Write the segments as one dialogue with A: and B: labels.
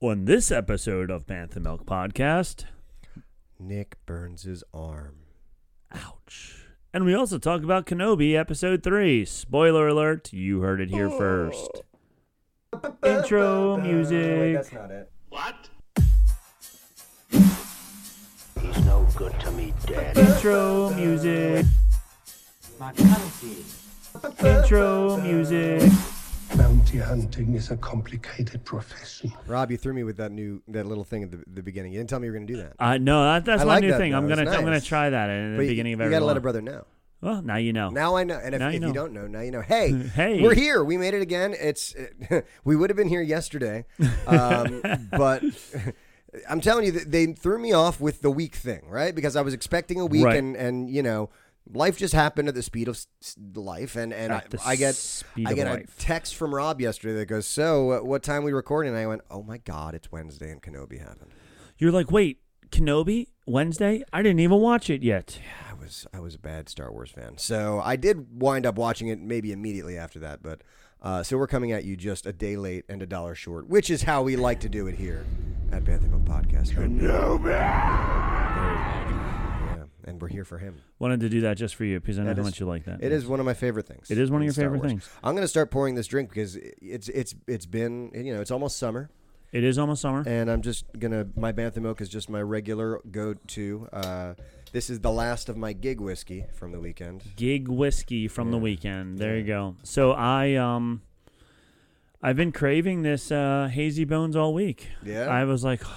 A: On this episode of Bantha Milk Podcast,
B: Nick burns his arm.
A: ouch. And we also talk about Kenobi Episode 3. Spoiler alert, you heard it here first. Intro music.
B: not it.
C: He's no good to me dead.
A: Intro music. Intro music.
D: Bounty hunting is a complicated profession.
B: Rob, you threw me with that new that little thing at the, the beginning. You didn't tell me you were gonna do that.
A: Uh, no, that, that's
B: I
A: my
B: like
A: new
B: that,
A: thing. I'm
B: though.
A: gonna
B: It's
A: I'm gonna
B: nice.
A: try that in the
B: But you-
A: beginning of
B: you
A: every.
B: gotta let a brother know.
A: Well, now you know.
B: Now I know, and if,
A: Now you
B: if
A: know.
B: you don't know, now you know. Hey,
A: Hey.
B: we're here. We made it again. It's we would have been here yesterday, um, but I'm telling you, that they threw me off with the week thing, right? Because I was expecting a week,
A: Right.
B: and and you know, life just happened at the speed of s- s- life, and and I,
A: At the
B: I get
A: speed
B: I
A: of
B: get
A: life.
B: a text from Rob yesterday that goes, "So, uh, what time we recording?" And I went, "Oh my God, it's Wednesday, and Kenobi happened."
A: You're like, wait, Kenobi Wednesday? I didn't even watch it yet.
B: I was I was a bad Star Wars fan, so I did wind up watching it maybe immediately after that. But uh, so we're coming at you just a day late and a dollar short, which is how we like to do it here at Bantha Milk Podcast. Yeah, and we're here for him.
A: Wanted to do that just for you because I know
B: That
A: how
B: is-
A: much you like that.
B: It is one of my favorite things.
A: It is one of
B: in
A: your
B: Star
A: favorite
B: Wars.
A: things.
B: I'm gonna start pouring this drink because it's it's it's been you know it's almost summer,
A: It is almost summer.
B: and I'm just gonna my Bantha Milk is just my regular go to. Uh, this is the last of my gig whiskey from the weekend.
A: gig whiskey from the weekend. There you go. So I um I've been craving this uh hazy bones all week.
B: Yeah?
A: I was like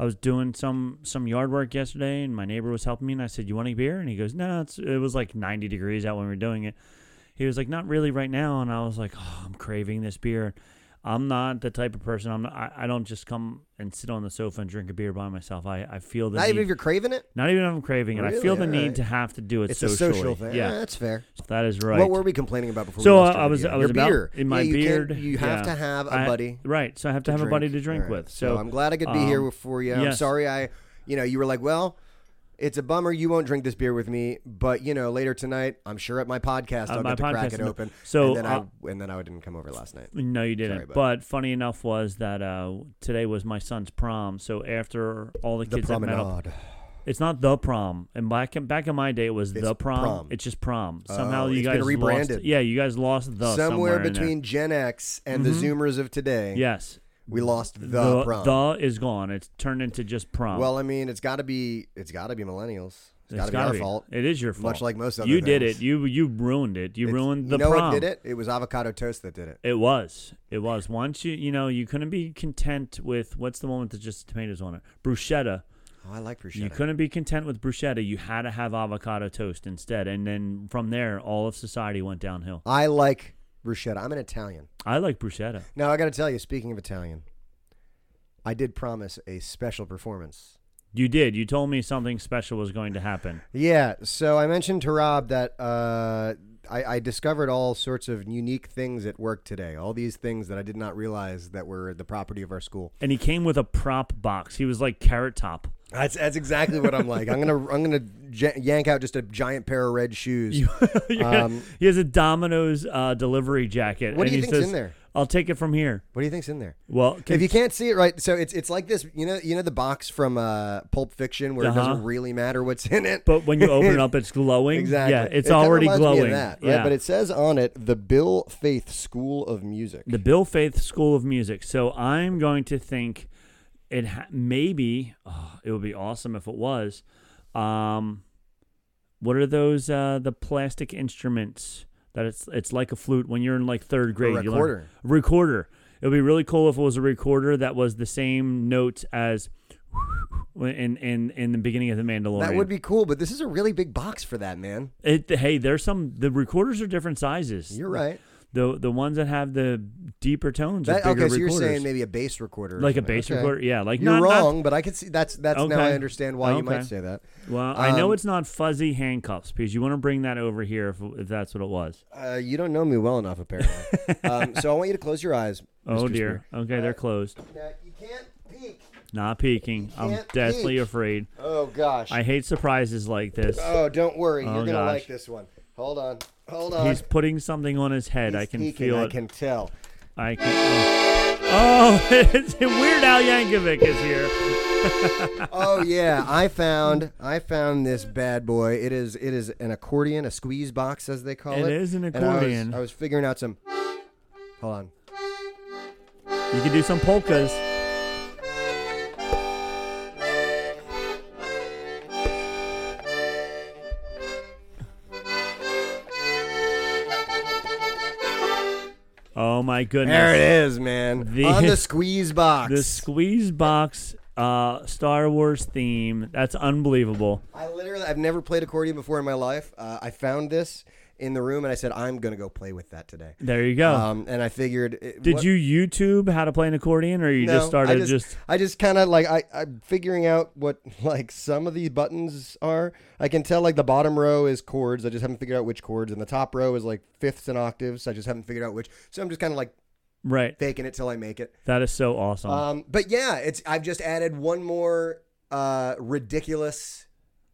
A: I was doing some some yard work yesterday and my neighbor was helping me and I said, "You want a beer?" and he goes, "No, no, it's it was like 90 degrees out when we were doing it." He was like, "Not really right now." And I was like, oh, "I'm craving this beer." I'm not the type of person. I'm. Not, I, I don't just come and sit on the sofa and drink a beer by myself. I, I feel the
B: Not
A: need.
B: even if you're craving it.
A: not even if I'm craving it. I
B: Really?
A: feel the
B: All
A: need
B: right.
A: to have to do it
B: It's
A: socially.
B: a social thing. Yeah,
A: Yeah,
B: that's fair.
A: that is right.
B: What were we complaining about before?
A: So
B: we
A: uh,
B: lost
A: I
B: your
A: was
B: video?
A: I was
B: Your
A: about
B: beer.
A: in my
B: yeah, you can't-
A: beard.
B: you have
A: yeah.
B: to have a
A: I-
B: buddy.
A: right? So I have to,
B: to
A: have a buddy
B: drink.
A: to drink
B: All right.
A: with. So,
B: I'm glad I could be
A: um,
B: here for you. I'm
A: yes.
B: sorry I, you know, you were like, well, it's a bummer you won't drink this beer with me, but you know, later tonight, I'm sure at my
A: At
B: podcast I'll
A: my
B: get to
A: podcast,
B: crack it
A: no.
B: open.
A: So,
B: and then
A: uh,
B: I and then I didn't come over last night.
A: No, you didn't.
B: bud.
A: but funny enough was that uh, today was my son's prom. So after all the
B: The
A: kids had met up,
B: promenade.
A: it's not the prom. And back in, back in my day, it was
B: It's
A: the prom.
B: prom.
A: It's just prom. Somehow
B: Oh,
A: you
B: it's
A: guys
B: been rebranded.
A: Lost, yeah, you guys lost the
B: Somewhere
A: in there.
B: between Gen X and the Zoomers of today,
A: Yes,
B: we lost the, prom.
A: the is gone. It's turned into just prom.
B: well, I mean, it's got to be it's got to be millennials. It's got to be
A: gotta
B: our fault.
A: It is your fault.
B: Much like most other
A: you did
B: things.
A: it. You you ruined it. You
B: It's-
A: ruined the
B: you know what
A: prom.
B: did it? It was avocado toast that did it.
A: It was. It was. Once you, you know, you couldn't be content with what's the one with the just tomatoes on it? Bruschetta.
B: Oh, I like
A: You
B: prosciutto.
A: couldn't be content with bruschetta. You had to have avocado toast instead. And then from there, all of society went downhill.
B: I like bruschetta. I'm an Italian.
A: I like bruschetta.
B: Now I got to tell you, speaking of Italian, I did promise a special performance.
A: You did. You told me something special was going to happen.
B: Yeah, so I mentioned to Rob that uh, I, I discovered all sorts of unique things at work today. All these things that I did not realize that were the property of our school.
A: And he came with a prop box. He was like carrot top.
B: That's that's exactly what I'm like. I'm gonna I'm gonna j- yank out just a giant pair of red shoes.
A: You're gonna- he has a Domino's uh, delivery jacket.
B: Um, What do
A: and
B: you
A: he
B: think's in
A: says,
B: there?
A: I'll take it from here.
B: what do you think's in there?
A: Well,
B: if you can't see it right, so it's it's like this. You know, you know the box from uh, Pulp Fiction where
A: Uh-huh.
B: it doesn't really matter what's in it.
A: but when you open it up, it's glowing.
B: exactly,
A: Yeah, it's
B: It kinda
A: already
B: reminds me of
A: glowing.
B: that, right?
A: Yeah,
B: But it says on it the Bill Faith School of Music.
A: the Bill Faith School of Music. So I'm going to think it ha- maybe oh, it would be awesome if it was. Um, what are those uh, the plastic instruments that it's it's like a flute when you're in like third grade? you learn-
B: recorder.
A: recorder. It would be really cool if it was a recorder that was the same notes as in in in the beginning of the Mandalorian.
B: that would be cool, but this is a really big box for that man.
A: It, hey, there's some. The recorders are different sizes.
B: You're right.
A: The the ones that have the deeper tones. are
B: That, okay,
A: bigger
B: so you're
A: recorders.
B: saying maybe a bass recorder, or
A: Like a
B: something.
A: bass
B: Okay.
A: recorder? Yeah, like
B: you're
A: not- not-
B: wrong, but I could see that's that's now
A: Okay.
B: I understand why you
A: Okay.
B: might say that.
A: Well, I know
B: Um,
A: it's not fuzzy handcuffs because you want to bring that over here if, if that's what it was.
B: Uh, you don't know me well enough, apparently. um, so I want you to close your eyes.
A: Oh
B: Mr.
A: dear. Okay, they're closed.
B: Spear. Now, you can't peek.
A: Not peeking. I'm
B: can't
A: deathly
B: peek.
A: afraid.
B: Oh gosh.
A: I hate surprises like this.
B: Oh, don't worry.
A: Oh,
B: You're gonna
A: gosh.
B: like this one. Hold on. Hold on.
A: He's putting something on his head. I
B: He's
A: can
B: peeking,
A: feel
B: I
A: it.
B: can tell.
A: I can. Oh, it's Weird Al Yankovic is here.
B: Oh yeah, I found I found this bad boy. It is it is an accordion, a squeeze box as they call it.
A: It is an
B: And I was- I
A: accordion.
B: was, figuring out some. Hold on.
A: You can do some polkas. Oh my goodness.
B: There it is, man.
A: The-
B: on the squeeze box.
A: The squeeze box uh, Star Wars theme. That's unbelievable.
B: I literally I've never played accordion before in my life. Uh, I found this in the room and I said I'm gonna go play with that today.
A: There you go.
B: Um, and I figured. It,
A: Did
B: what-
A: you YouTube how to play an accordion, or you
B: No,
A: just started
B: I just, I just kind of like I I'm figuring out what like some of the buttons are. I can tell like the bottom row is chords. I just haven't figured out which chords, and the top row is like fifths and octaves. I just haven't figured out which. So I'm just kind of like
A: right?
B: faking it till I make it.
A: That is so awesome.
B: Um, but yeah, it's I've just added one more uh ridiculous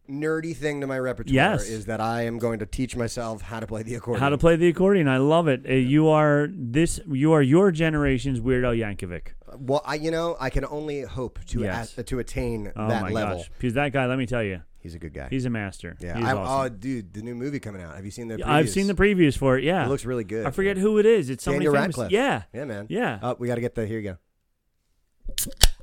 B: nerdy thing to my repertoire.
A: Yes.
B: is that I am going to teach myself how to play the accordion.
A: how to play the accordion? I love it. Uh, You are this. You are your generation's Weird Al Yankovic.
B: Well, I you know I can only hope to
A: Yes.
B: at- to attain
A: Oh
B: that
A: my
B: level.
A: gosh! Because that guy, let me tell you,
B: He's a good guy.
A: he's a master.
B: Yeah,
A: he's
B: I'm,
A: awesome.
B: oh, dude, the new movie coming out. Have you seen the?
A: I've seen the previews for it. Yeah,
B: It looks really good.
A: I forget who it is. It's somebody
B: Daniel
A: famous.
B: Radcliffe.
A: Yeah,
B: Yeah, man.
A: Yeah.
B: Oh, we got to get the. Here you go.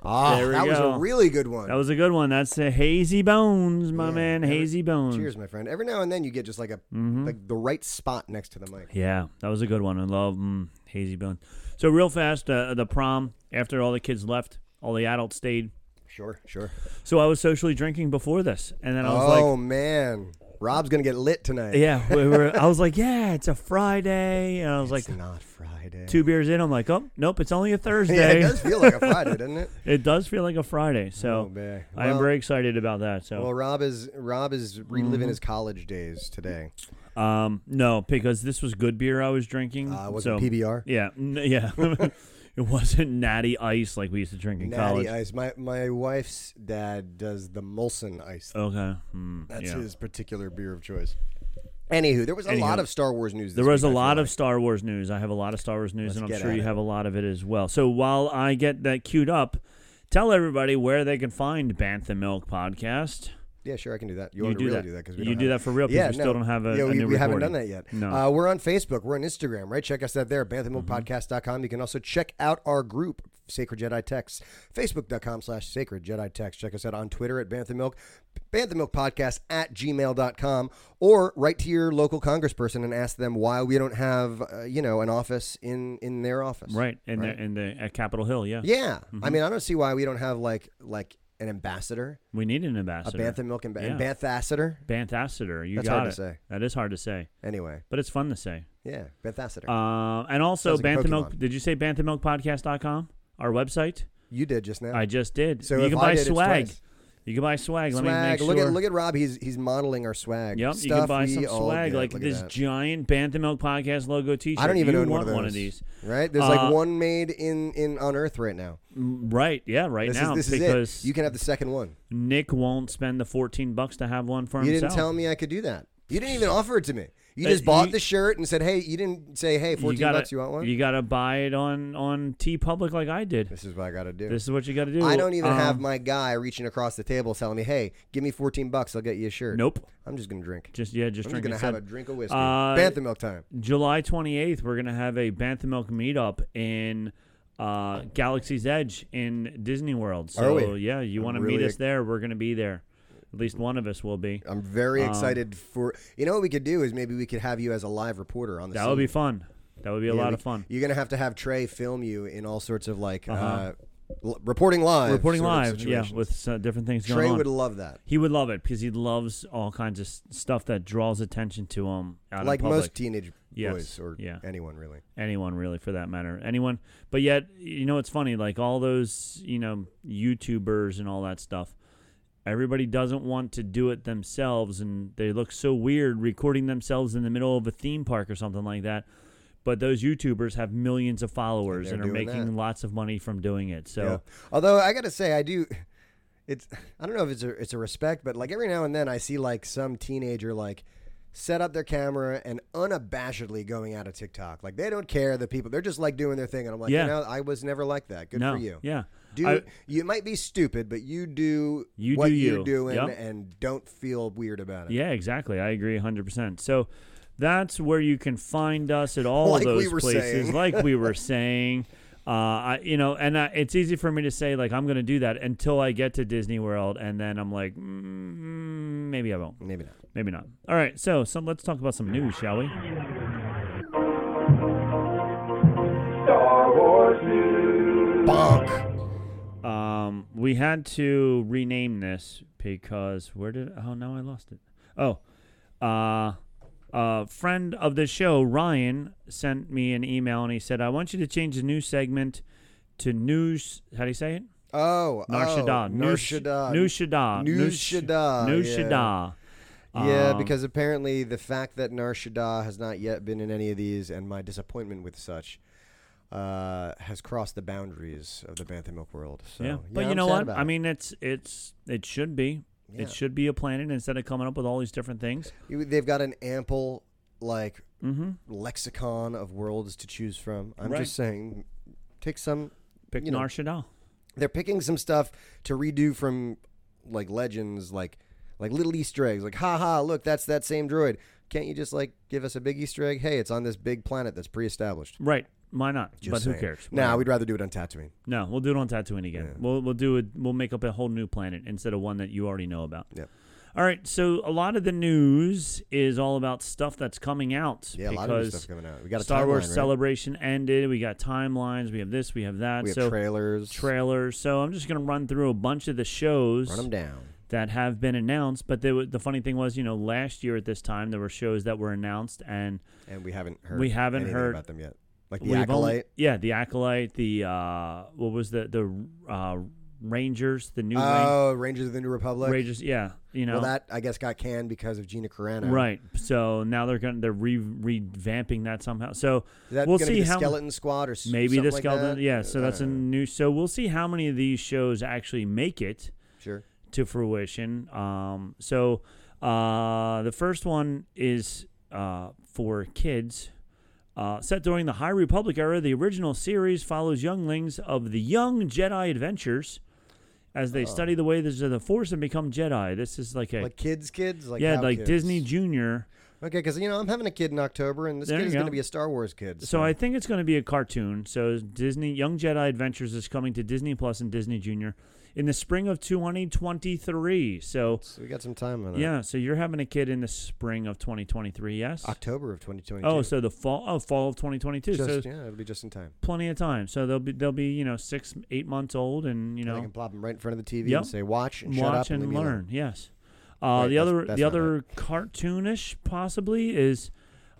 B: Ah,
A: There we
B: that was a
A: go.
B: really good one.
A: that was a good one. That's uh, Hazy Bones, my
B: Yeah,
A: man.
B: every-
A: Hazy Bones.
B: Cheers, my friend. Every now and then you get just like a
A: Mm-hmm.
B: like the right spot next to the mic.
A: Yeah, that was a good one. I love mm, Hazy Bone. So real fast, uh, the prom after all the kids left, all the adults stayed.
B: Sure, sure.
A: So I was socially drinking before this, and then I was
B: Oh
A: like,
B: man, Rob's gonna get lit tonight.
A: yeah, we were, I was like, yeah, it's a Friday, and I was
B: it's
A: like,
B: not Friday.
A: two beers in, I'm like, oh, nope, it's only a Thursday.
B: yeah, it does feel like a Friday, doesn't it?
A: It does feel like a Friday.
B: Oh
A: So
B: man.
A: I am
B: Well-
A: very excited about that. So
B: Well, Rob is Rob is reliving
A: Mm-hmm.
B: his college days today.
A: um, no, because this was good beer I was drinking.
B: Uh, was
A: so,
B: it PBR?
A: Yeah, n- yeah. it wasn't natty ice like we used to drink in
B: Natty
A: college.
B: ice. My my wife's dad does the Molson ice.
A: Okay. Mm,
B: That's
A: yeah.
B: his particular beer of choice. Anywho, there was a lot of Star Wars news. This
A: There was a
B: week, I feel
A: lot of
B: like.
A: Star Wars news. I have a lot of Star Wars news,
B: Let's
A: and I'm
B: get
A: sure
B: at
A: you
B: it.
A: have a lot of it as well. So while I get that queued up, tell everybody where they can find Bantha Milk Podcast.
B: Yeah, sure, I can do that. You,
A: You
B: want to
A: do
B: really
A: that.
B: do that because
A: You do that for real 'cause
B: Yeah,
A: we still
B: no.
A: don't have a-
B: Yeah,
A: a
B: we,
A: new
B: we haven't done
A: recording.
B: that yet.
A: No.
B: Uh, we're on Facebook. We're on Instagram. Right, check us out there. BanthamOakPodcast.com. You can also check out our group. Sacred Jedi Text, Facebook.com slash Sacred Jedi Text. Check us out on Twitter at Bantha Milk, Bantha Milk Podcast at gmail.com, or write to your local congressperson and ask them why we don't have, uh, you know, an office in, in their office.
A: Right Mm-hmm. in the in the at Capitol Hill. Yeah,
B: Yeah, I mean, I don't see why we don't have like like an ambassador,
A: we need an
B: a
A: ambassador.
B: Bantha Milk amb-
A: Yeah.
B: Banthassador.
A: Banthassador. You
B: That's
A: got
B: hard to
A: it.
B: say.
A: That is hard to say,
B: Anyway,
A: but it's fun to say.
B: yeah, Banthassador.
A: Um, and also
B: Sounds like
A: Bantha Milk.
B: Pokemon.
A: Did you say BanthaMilkPodcast.com? Our website.
B: you did just now.
A: I just did.
B: So
A: you
B: if
A: can
B: I
A: buy
B: did, it's
A: swag.
B: twice.
A: You can buy swag. Let me make
B: swag.
A: sure.
B: Look at look at Rob. He's he's modeling our swag.
A: Yep,
B: Stuff
A: you can buy
B: we
A: some
B: all
A: swag
B: get.
A: like
B: Look at
A: this
B: that.
A: giant Bantha Milk Podcast logo T-shirt.
B: I don't even
A: you
B: own one
A: want
B: of those.
A: one of these,
B: Right? There's
A: Uh,
B: like one made in in on Earth right now.
A: Mm, right? Yeah, right
B: This
A: now
B: is this
A: because
B: is it. You can have the second one.
A: Nick won't spend the fourteen bucks to have one for
B: You
A: himself.
B: didn't tell me I could do that. You didn't even offer it to me. You
A: Uh,
B: just bought
A: you-
B: the shirt and said, "Hey," you didn't say, "Hey, 14
A: you gotta,
B: bucks, you want one?"
A: You gotta buy it on on T Public like I did.
B: this is what I got to do.
A: This is what you gotta do.
B: I don't even have
A: Um,
B: my guy reaching across the table telling me, "Hey, give me 14 bucks, I'll get you a shirt."
A: Um, Nope.
B: I'm just going to drink.
A: Just yeah, just
B: I'm just
A: drink.
B: going to
A: instead.
B: have a drink of whiskey.
A: Uh,
B: Bantha milk time.
A: July 28th, we're going to have a Bantha Milk meetup in uh, Galaxy's Edge in Disney World. So,
B: Are we?
A: yeah, you
B: I'm
A: want to
B: really
A: meet us
B: ex-
A: there. We're going to be there. At least one of us will be.
B: I'm very
A: Um,
B: excited for. You know what we could do is maybe we could have you as a live reporter on the.
A: That
B: scene.
A: would be fun. That would be a
B: Yeah,
A: lot
B: we-
A: of fun. Uh-huh.
B: You're gonna have to have Trey film you in all sorts of like uh l- reporting live.
A: Reporting
B: sort of
A: live, yeah,
B: situations.
A: with uh, different things
B: Trey
A: going on.
B: would love that.
A: he would love it because he loves all kinds of s- stuff that draws attention to him out in
B: Like
A: public.
B: most teenage
A: Yes,
B: boys or
A: yeah.
B: anyone really.
A: anyone really for that matter anyone but yet you know it's funny like all those you know youtubers and all that stuff everybody doesn't want to do it themselves and they look so weird recording themselves in the middle of a theme park or something like that but those youtubers have millions of followers
B: And
A: and,
B: they're
A: are
B: doing
A: making
B: that.
A: lots of money from doing it so
B: Yeah. Although I gotta say, I do. It's I don't know if it's a it's a respect, but like every now and then I see like some teenager like set up their camera and unabashedly going out of TikTok. Like they don't care the people. They're just like doing their thing. And I'm like,
A: Yeah.
B: you know, I was never like that. Good
A: no,
B: for you.
A: yeah,
B: Do
A: I-
B: you might be stupid, but you do
A: You
B: what
A: do
B: you're
A: you.
B: doing
A: Yep.
B: and don't feel weird about it.
A: yeah, exactly. I agree 100. percent So that's where you can find us at all
B: Like we
A: those
B: were
A: places,
B: saying.
A: like we were saying. Uh, I, you know, and I, it's easy for me to say like I'm going to do that until I get to Disney World, and then I'm like, mm, maybe I won't.
B: Maybe not.
A: Maybe not. All right, so some let's talk about some news, shall we?
B: Bonk.
A: Um, we had to rename this because where did oh now I lost it. Oh, uh, a friend of the show Ryan sent me an email and he said I want you to change the news segment to news. How do you say it?
B: Oh,
A: Narshada.
B: Oh, Narshada.
A: Nushada.
B: Nushada,
A: Nushada.
B: Yeah,
A: Um,
B: because apparently the fact that Narshada has not yet been in any of these and my disappointment with such uh, has crossed the boundaries of the Bantha Milk world. So,
A: yeah, but you
B: I'm
A: know
B: sad
A: what?
B: about
A: I
B: it.
A: mean, it's it's it should be.
B: Yeah.
A: It should be a planet instead of coming up with all these different things. Mm-hmm.
B: You- they've got an ample like lexicon of worlds to choose from. I'm
A: Right.
B: just saying, take some.
A: Pick
B: You know.
A: Narshada.
B: They're picking some stuff to redo from like legends, like like little Easter eggs, like ha ha, look, that's that same droid. Can't you just like give us a big Easter egg? Hey, it's on this big planet that's pre-established.
A: Right. Why not?
B: Just
A: but who
B: saying.
A: cares?
B: Nah,
A: Whatever.
B: we'd rather do it on Tatooine.
A: No, we'll do it on Tatooine again. We'll we'll do it. We'll make up a whole new planet instead of one that you already know about.
B: Yep.
A: All right. So a lot of the news is all about stuff that's coming out.
B: Yeah, a lot of new
A: because
B: stuff coming out. We got a
A: Star Wars
B: timeline, right?
A: Celebration ended. We got timelines. We have this. We have that.
B: We have
A: so
B: trailers.
A: trailers. So I'm just gonna run through a bunch of the shows
B: Run them down.
A: that have been announced. But they, were- the funny thing was, you know, last year at this time there were shows that were announced and
B: And we haven't heard.
A: We haven't
B: anything
A: heard-
B: about them yet. Like the
A: We've
B: acolyte.
A: Only, yeah, the acolyte. The uh, what was the the uh, Rangers? The new Ran-
B: Oh, Rangers of the New Republic.
A: Rangers. Yeah, you know.
B: Well, that I guess got canned because of Gina Carano.
A: Right, so now they're going to they're re- revamping that somehow. So
B: Is that
A: we'll
B: gonna
A: see
B: be the
A: how
B: Skeleton Squad or s-
A: maybe
B: something
A: the
B: like
A: skeleton.
B: that? Uh,
A: yeah, so that's a new. So we'll see how many of these shows actually make it
B: sure.
A: to fruition. Um, so uh, the first one is uh, for kids. Uh, set during the High Republic era, the original series follows younglings of the Young Jedi Adventures as they study the ways of the Force and become Jedi. This is like a
B: Oh. Like kids, kids. Like
A: yeah,
B: how
A: like
B: kids?
A: Disney Junior.
B: Okay, because you know I'm having a kid in October, and this
A: There
B: kid
A: you
B: is going
A: go.
B: to be a Star Wars kid.
A: So I think it's going to be a cartoon. So Disney Young Jedi Adventures is coming to Disney Plus and Disney Junior in the spring of 2023. So
B: so we got some time on that.
A: yeah, so you're having a kid in the spring of 2023, yes?
B: October of 2022.
A: Oh, so the fall oh, fall of 2022.
B: just,
A: so
B: yeah, it'll be just in time.
A: plenty of time. So they'll be they'll be, you know, 6 8 months old and, you
B: And I
A: know,
B: can plop them right in front of the TV
A: Yep.
B: and say, "Watch and shut up
A: watch and
B: leave me alone."
A: learn. Yes. Uh,
B: Wait,
A: the
B: that's-
A: other
B: that's
A: the
B: not
A: other cartoonish possibly is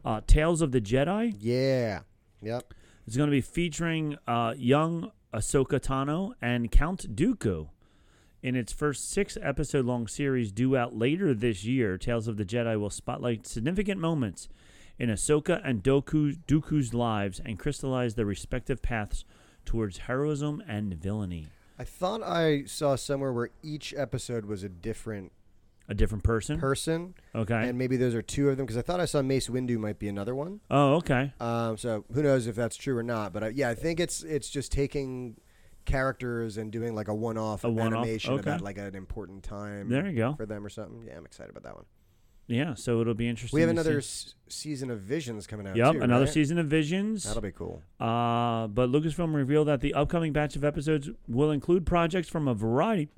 A: uh, Tales of the Jedi.
B: Yeah. Yep.
A: It's going to be featuring uh, young Ahsoka Tano and Count Dooku in its first six episode long series due out later this year. Tales of the Jedi will spotlight significant moments in Ahsoka and Doku, Dooku's lives and crystallize their respective paths towards heroism and villainy.
B: I thought I saw somewhere where each episode was a different
A: A different person.
B: person,
A: okay.
B: and maybe those are two of them. Because I thought I saw Mace Windu might be another one.
A: oh, okay.
B: Um, so who knows if that's true or not? But uh, yeah, I think it's it's just taking characters and doing like a one-off
A: A one-off,
B: animation about
A: okay.
B: like an important time.
A: There you go.
B: for them or something. Yeah, I'm excited about that one.
A: Yeah. So it'll be interesting.
B: We have
A: to
B: another
A: See.
B: s- season of Visions coming out.
A: Yep,
B: too,
A: another
B: right?
A: season of Visions.
B: That'll be cool.
A: Uh, but Lucasfilm revealed that the upcoming batch of episodes will include projects from a variety,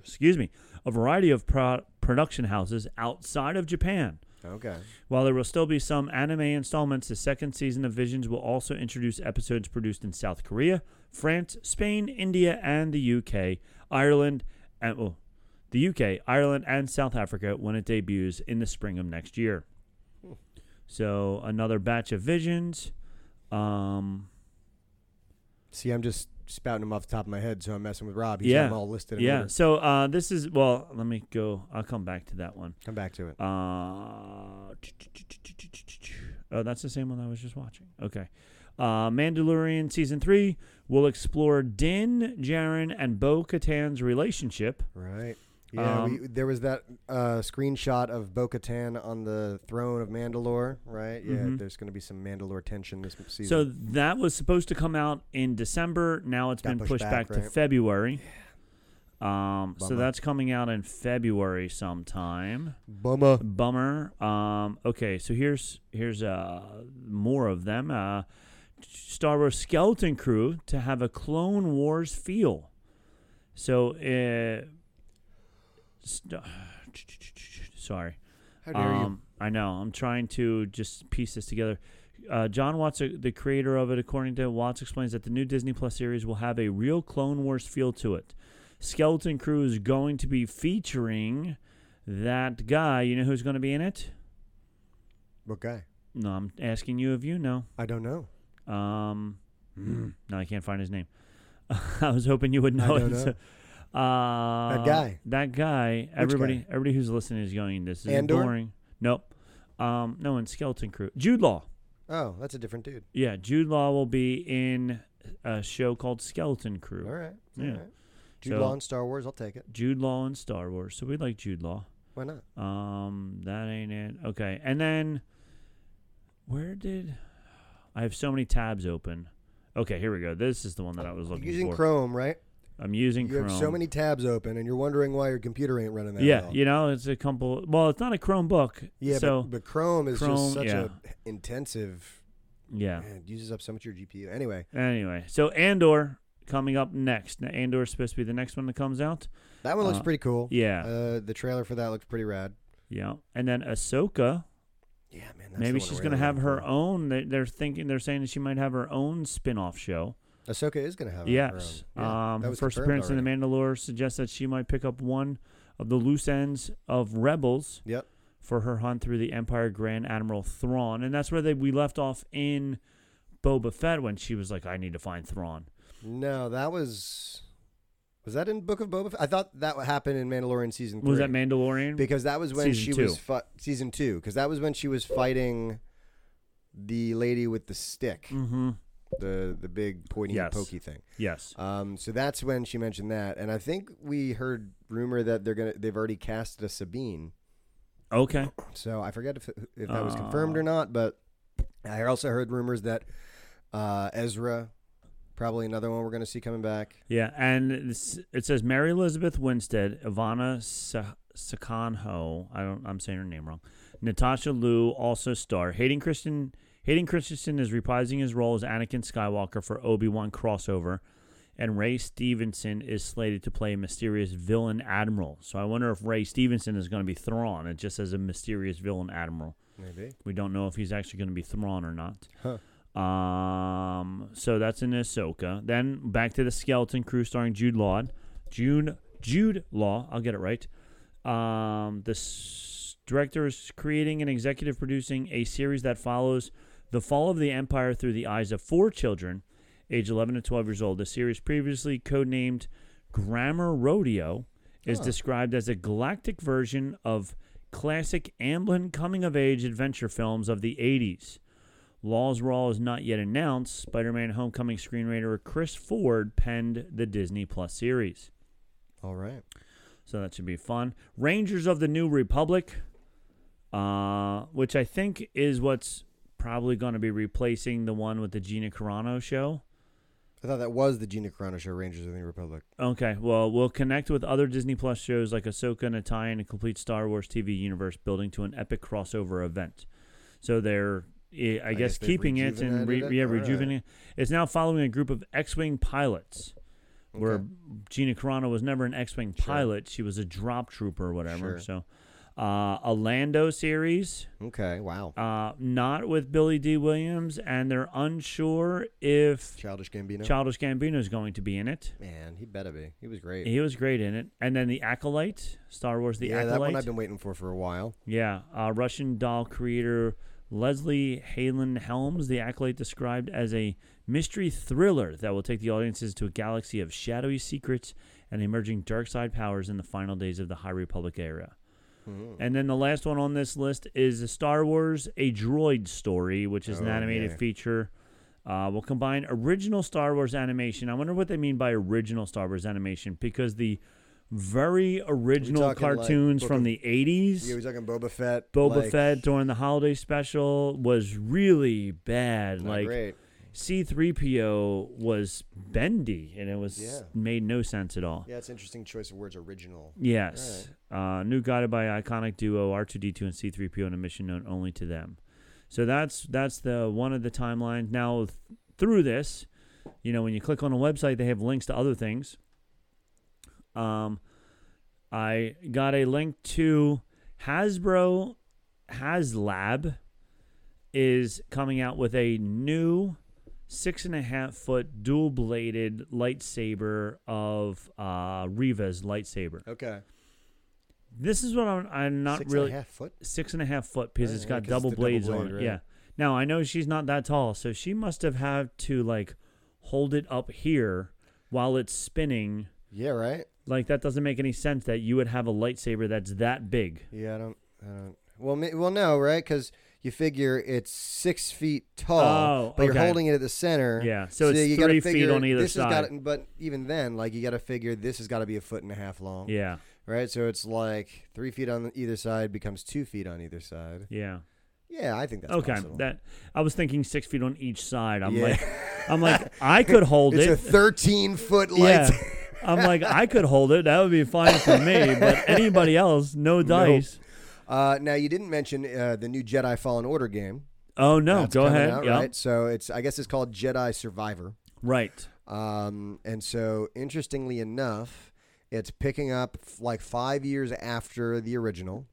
A: excuse me, a variety of pro- production houses outside of Japan.
B: Okay.
A: While there will still be some anime installments, the second season of Visions will also introduce episodes produced in South Korea, France, Spain, India, and the UK, Ireland, and well, the UK, Ireland, and South Africa when it debuts in the spring of next year. So another batch of Visions. Um,
B: See, I'm just spouting them off the top of my head, so I'm messing with Rob. He's got them all listed. In
A: yeah.
B: order.
A: So uh, this is well. Let me go. I'll come back to that one.
B: Come back to it.
A: Uh, oh, that's the same one I was just watching. Okay. Uh, Mandalorian season three will explore Din, Djarin, and Bo Katan's relationship
B: Right. Yeah,
A: Um,
B: we, there was that uh, screenshot of Bo Katan on the throne of Mandalore, right? Yeah,
A: Mhm.
B: there's going to be some Mandalore tension this season.
A: So that was supposed to come out in December. Now it's
B: Got
A: been
B: pushed
A: pushed back,
B: back,
A: to
B: right?
A: February. Um, so
B: Bummer.
A: that's coming out in February sometime.
B: bummer.
A: Bummer. Um, okay, so here's here's uh, more of them. Uh, Star Wars Skeleton Crew to have a Clone Wars feel. So, uh, st- sorry.
B: How dare
A: Um, I know. I'm trying to just piece this together. Uh, John Watts, uh, the creator of it, according to Watts, explains that the new Disney Plus series will have a real Clone Wars feel to it. Skeleton Crew is going to be featuring that guy. You know who's going to be in it?
B: you? Okay,
A: No, I'm asking you if you know.
B: I don't know.
A: Um, no, I can't find his name. I was hoping you would know.
B: Hmm. don't
A: it.
B: know.
A: So- Uh,
B: That guy.
A: That guy. everybody.
B: guy?
A: Everybody who's listening is going. This is
B: Andor?
A: boring. Nope. Um, no in Skeleton Crew. Jude Law.
B: Oh, that's a different dude.
A: Yeah, Jude Law will be in a show called Skeleton Crew.
B: All right.
A: Yeah.
B: All right. Jude
A: So-
B: Law and Star Wars, I'll take it.
A: Jude Law in Star Wars. So we like Jude Law.
B: Why not?
A: Um, that ain't it. Okay, and then where did I have so many tabs open? Okay, here we go. This is the one that I was looking
B: using
A: for.
B: Chrome, right?
A: I'm using
B: You
A: Chrome.
B: have so many tabs open, and you're wondering why your computer ain't running that
A: Yeah,
B: well.
A: you know, it's a couple. Well, it's not a Chromebook.
B: Yeah, but-
A: So
B: but, Chrome is
A: Chrome,
B: just such
A: yeah.
B: a intensive.
A: yeah.
B: Man, it uses up so much of your GPU. Anyway,
A: Anyway, so Andor coming up next. Now, Andor is supposed to be the next one that comes out.
B: that one looks
A: Uh,
B: pretty cool.
A: Yeah,
B: Uh, the trailer for that looks pretty rad.
A: yeah. And then Ahsoka.
B: Yeah, man. That's
A: maybe she's
B: going to
A: have her own. They, they're thinking. They're saying that she might have her own spin-off show.
B: Ahsoka is going to have. her
A: yes.
B: own. Yeah,
A: um,
B: that
A: her
B: was
A: first
B: confirmed
A: appearance in The
B: already.
A: Mandalore suggests that she might pick up one of the loose ends of Rebels
B: Yep.
A: for her hunt through the Empire Grand Admiral Thrawn, and that's where they, we left off in Boba Fett when she was like, "I need to find Thrawn."
B: No, that was. Was that in Book of Boba? Fett? I thought that happened in Mandalorian season. Three.
A: Was that Mandalorian?
B: because that was when
A: Season
B: she
A: two.
B: was fi- season two because that was when she was fighting the lady with the stick
A: mm-hmm.
B: the the big pointy
A: Yes.
B: pokey thing
A: Yes.
B: um, so that's when she mentioned that and i think we heard rumor that they're gonna they've already cast a sabine
A: Okay.
B: so i forget if, if that was confirmed
A: Uh.
B: or not but i also heard rumors that uh, ezra probably another one we're gonna see coming back
A: Yeah, and it's, it says Mary Elizabeth Winstead, Ivana Sa- Sakonho. I don't. I'm saying her name wrong. Natasha Liu also star. Hayden Christian. Hayden Christensen is reprising his role as Anakin Skywalker for Obi Wan crossover, and Ray Stevenson is slated to play a mysterious villain admiral. So I wonder if Ray Stevenson is going to be Thrawn. It just says a mysterious villain admiral.
B: maybe
A: We don't know if he's actually going to be Thrawn or not.
B: Huh.
A: Um, so that's in Ahsoka. Then back to the Skeleton Crew starring Jude Law. June Jude Law. I'll get it right. Um, the s- director is creating and executive producing a series that follows the fall of the Empire through the eyes of four children, age 11 to 12 years old. The series, previously codenamed Grammar Rodeo, is described as a galactic version of classic Amblin coming of age adventure films of the 80s. Law's Raw is not yet announced. Spider Man Homecoming screenwriter Chris Ford penned the Disney Plus series.
B: all right
A: So that should be fun. Rangers of the New Republic, uh, which I think is what's probably going to be replacing the one with the Gina Carano show.
B: i thought that was the gina carano show rangers of the New republic
A: Okay, well, we'll connect with other Disney Plus shows like Ahsoka and Italian and complete Star Wars TV universe building to an epic crossover event. So they're, eh, I, I guess,
B: guess they've
A: keeping it and re,
B: rejuvenated it?
A: yeah,
B: All right.
A: rejuvenating. It's now following a group of X-wing pilots, where
B: Okay.
A: Gina Carano was never an X-wing pilot; she was a drop trooper or whatever.
B: Sure.
A: So, uh, a Lando series,
B: okay wow
A: uh, not with Billy D. Williams, and they're unsure if
B: childish gambino
A: Childish Gambino is going to be in it.
B: Man, he better be. He was great.
A: He was great in it. And then the Acolyte, Star Wars: The
B: yeah,
A: Acolyte.
B: that one I've been waiting for for a while.
A: yeah, uh, Russian doll creator Leslie Halen Helms, The Acolyte, described as a mystery thriller that will take the audiences to a galaxy of shadowy secrets and emerging dark side powers in the final days of the High Republic era.
B: Hmm.
A: And then the last one on this list is Star Wars: A Droid Story, which is an
B: Oh,
A: animated
B: yeah.
A: feature. Uh, will combine original Star Wars animation. I wonder what they mean by original Star Wars animation because the very original
B: talking, like,
A: cartoons
B: Book
A: from
B: of-
A: the 80s.
B: Yeah, he was talking Boba Fett.
A: Boba
B: like,
A: Fett during the holiday special was really bad.
B: not
A: like
B: great.
A: C3PO was bendy and it was
B: Yeah.
A: made no sense at all.
B: Yeah, it's interesting choice of words. Original.
A: Yes. Uh, new guided by iconic duo R2D2 and C3PO in a mission known only to them. So that's that's the one of the timelines. Now th- through this, you know, when you click on a website, they have links to other things. Um, I got a link to Hasbro HasLab is coming out with a new six and a half foot dual bladed lightsaber of uh, Riva's lightsaber.
B: Okay.
A: This is what I'm, I'm not
B: Six and a
A: really
B: half foot.
A: six and a half foot because
B: Right,
A: it's
B: yeah,
A: got
B: 'cause it's
A: double
B: the double
A: blades on
B: blade,
A: it.
B: right.
A: Yeah. Now I know she's not that tall, so she must have had to like hold it up here while it's spinning.
B: Yeah. Right.
A: Like that doesn't make any sense that you would have a lightsaber that's that big.
B: Yeah. I don't. I don't. Well, ma- well, no, right? Because you figure it's six feet tall,
A: Oh,
B: but you're
A: okay.
B: holding it at the center.
A: Yeah, so it's
B: you gotta
A: three feet
B: figure
A: on either
B: this has
A: side.
B: gotta- but even then, like you got to figure this has got to be a foot and a half long.
A: Yeah.
B: Right. So it's like three feet on either side becomes two feet on either side.
A: Yeah.
B: Yeah, I think that's
A: okay.
B: Possible.
A: That I was thinking six feet on each side. I'm
B: Yeah.
A: like, I'm like, I could hold
B: it's
A: it.
B: a 13 foot
A: yeah.
B: light.
A: I'm like, I could hold it. That would be fine for me. But anybody else, no dice.
B: Uh, now you didn't mention uh, the new Jedi Fallen Order game.
A: Oh no!
B: That's
A: Go
B: coming
A: ahead.
B: out,
A: Yeah.
B: right? So it's I guess it's called Jedi Survivor.
A: Right.
B: Um, and so interestingly enough, it's picking up f- like five years after the original,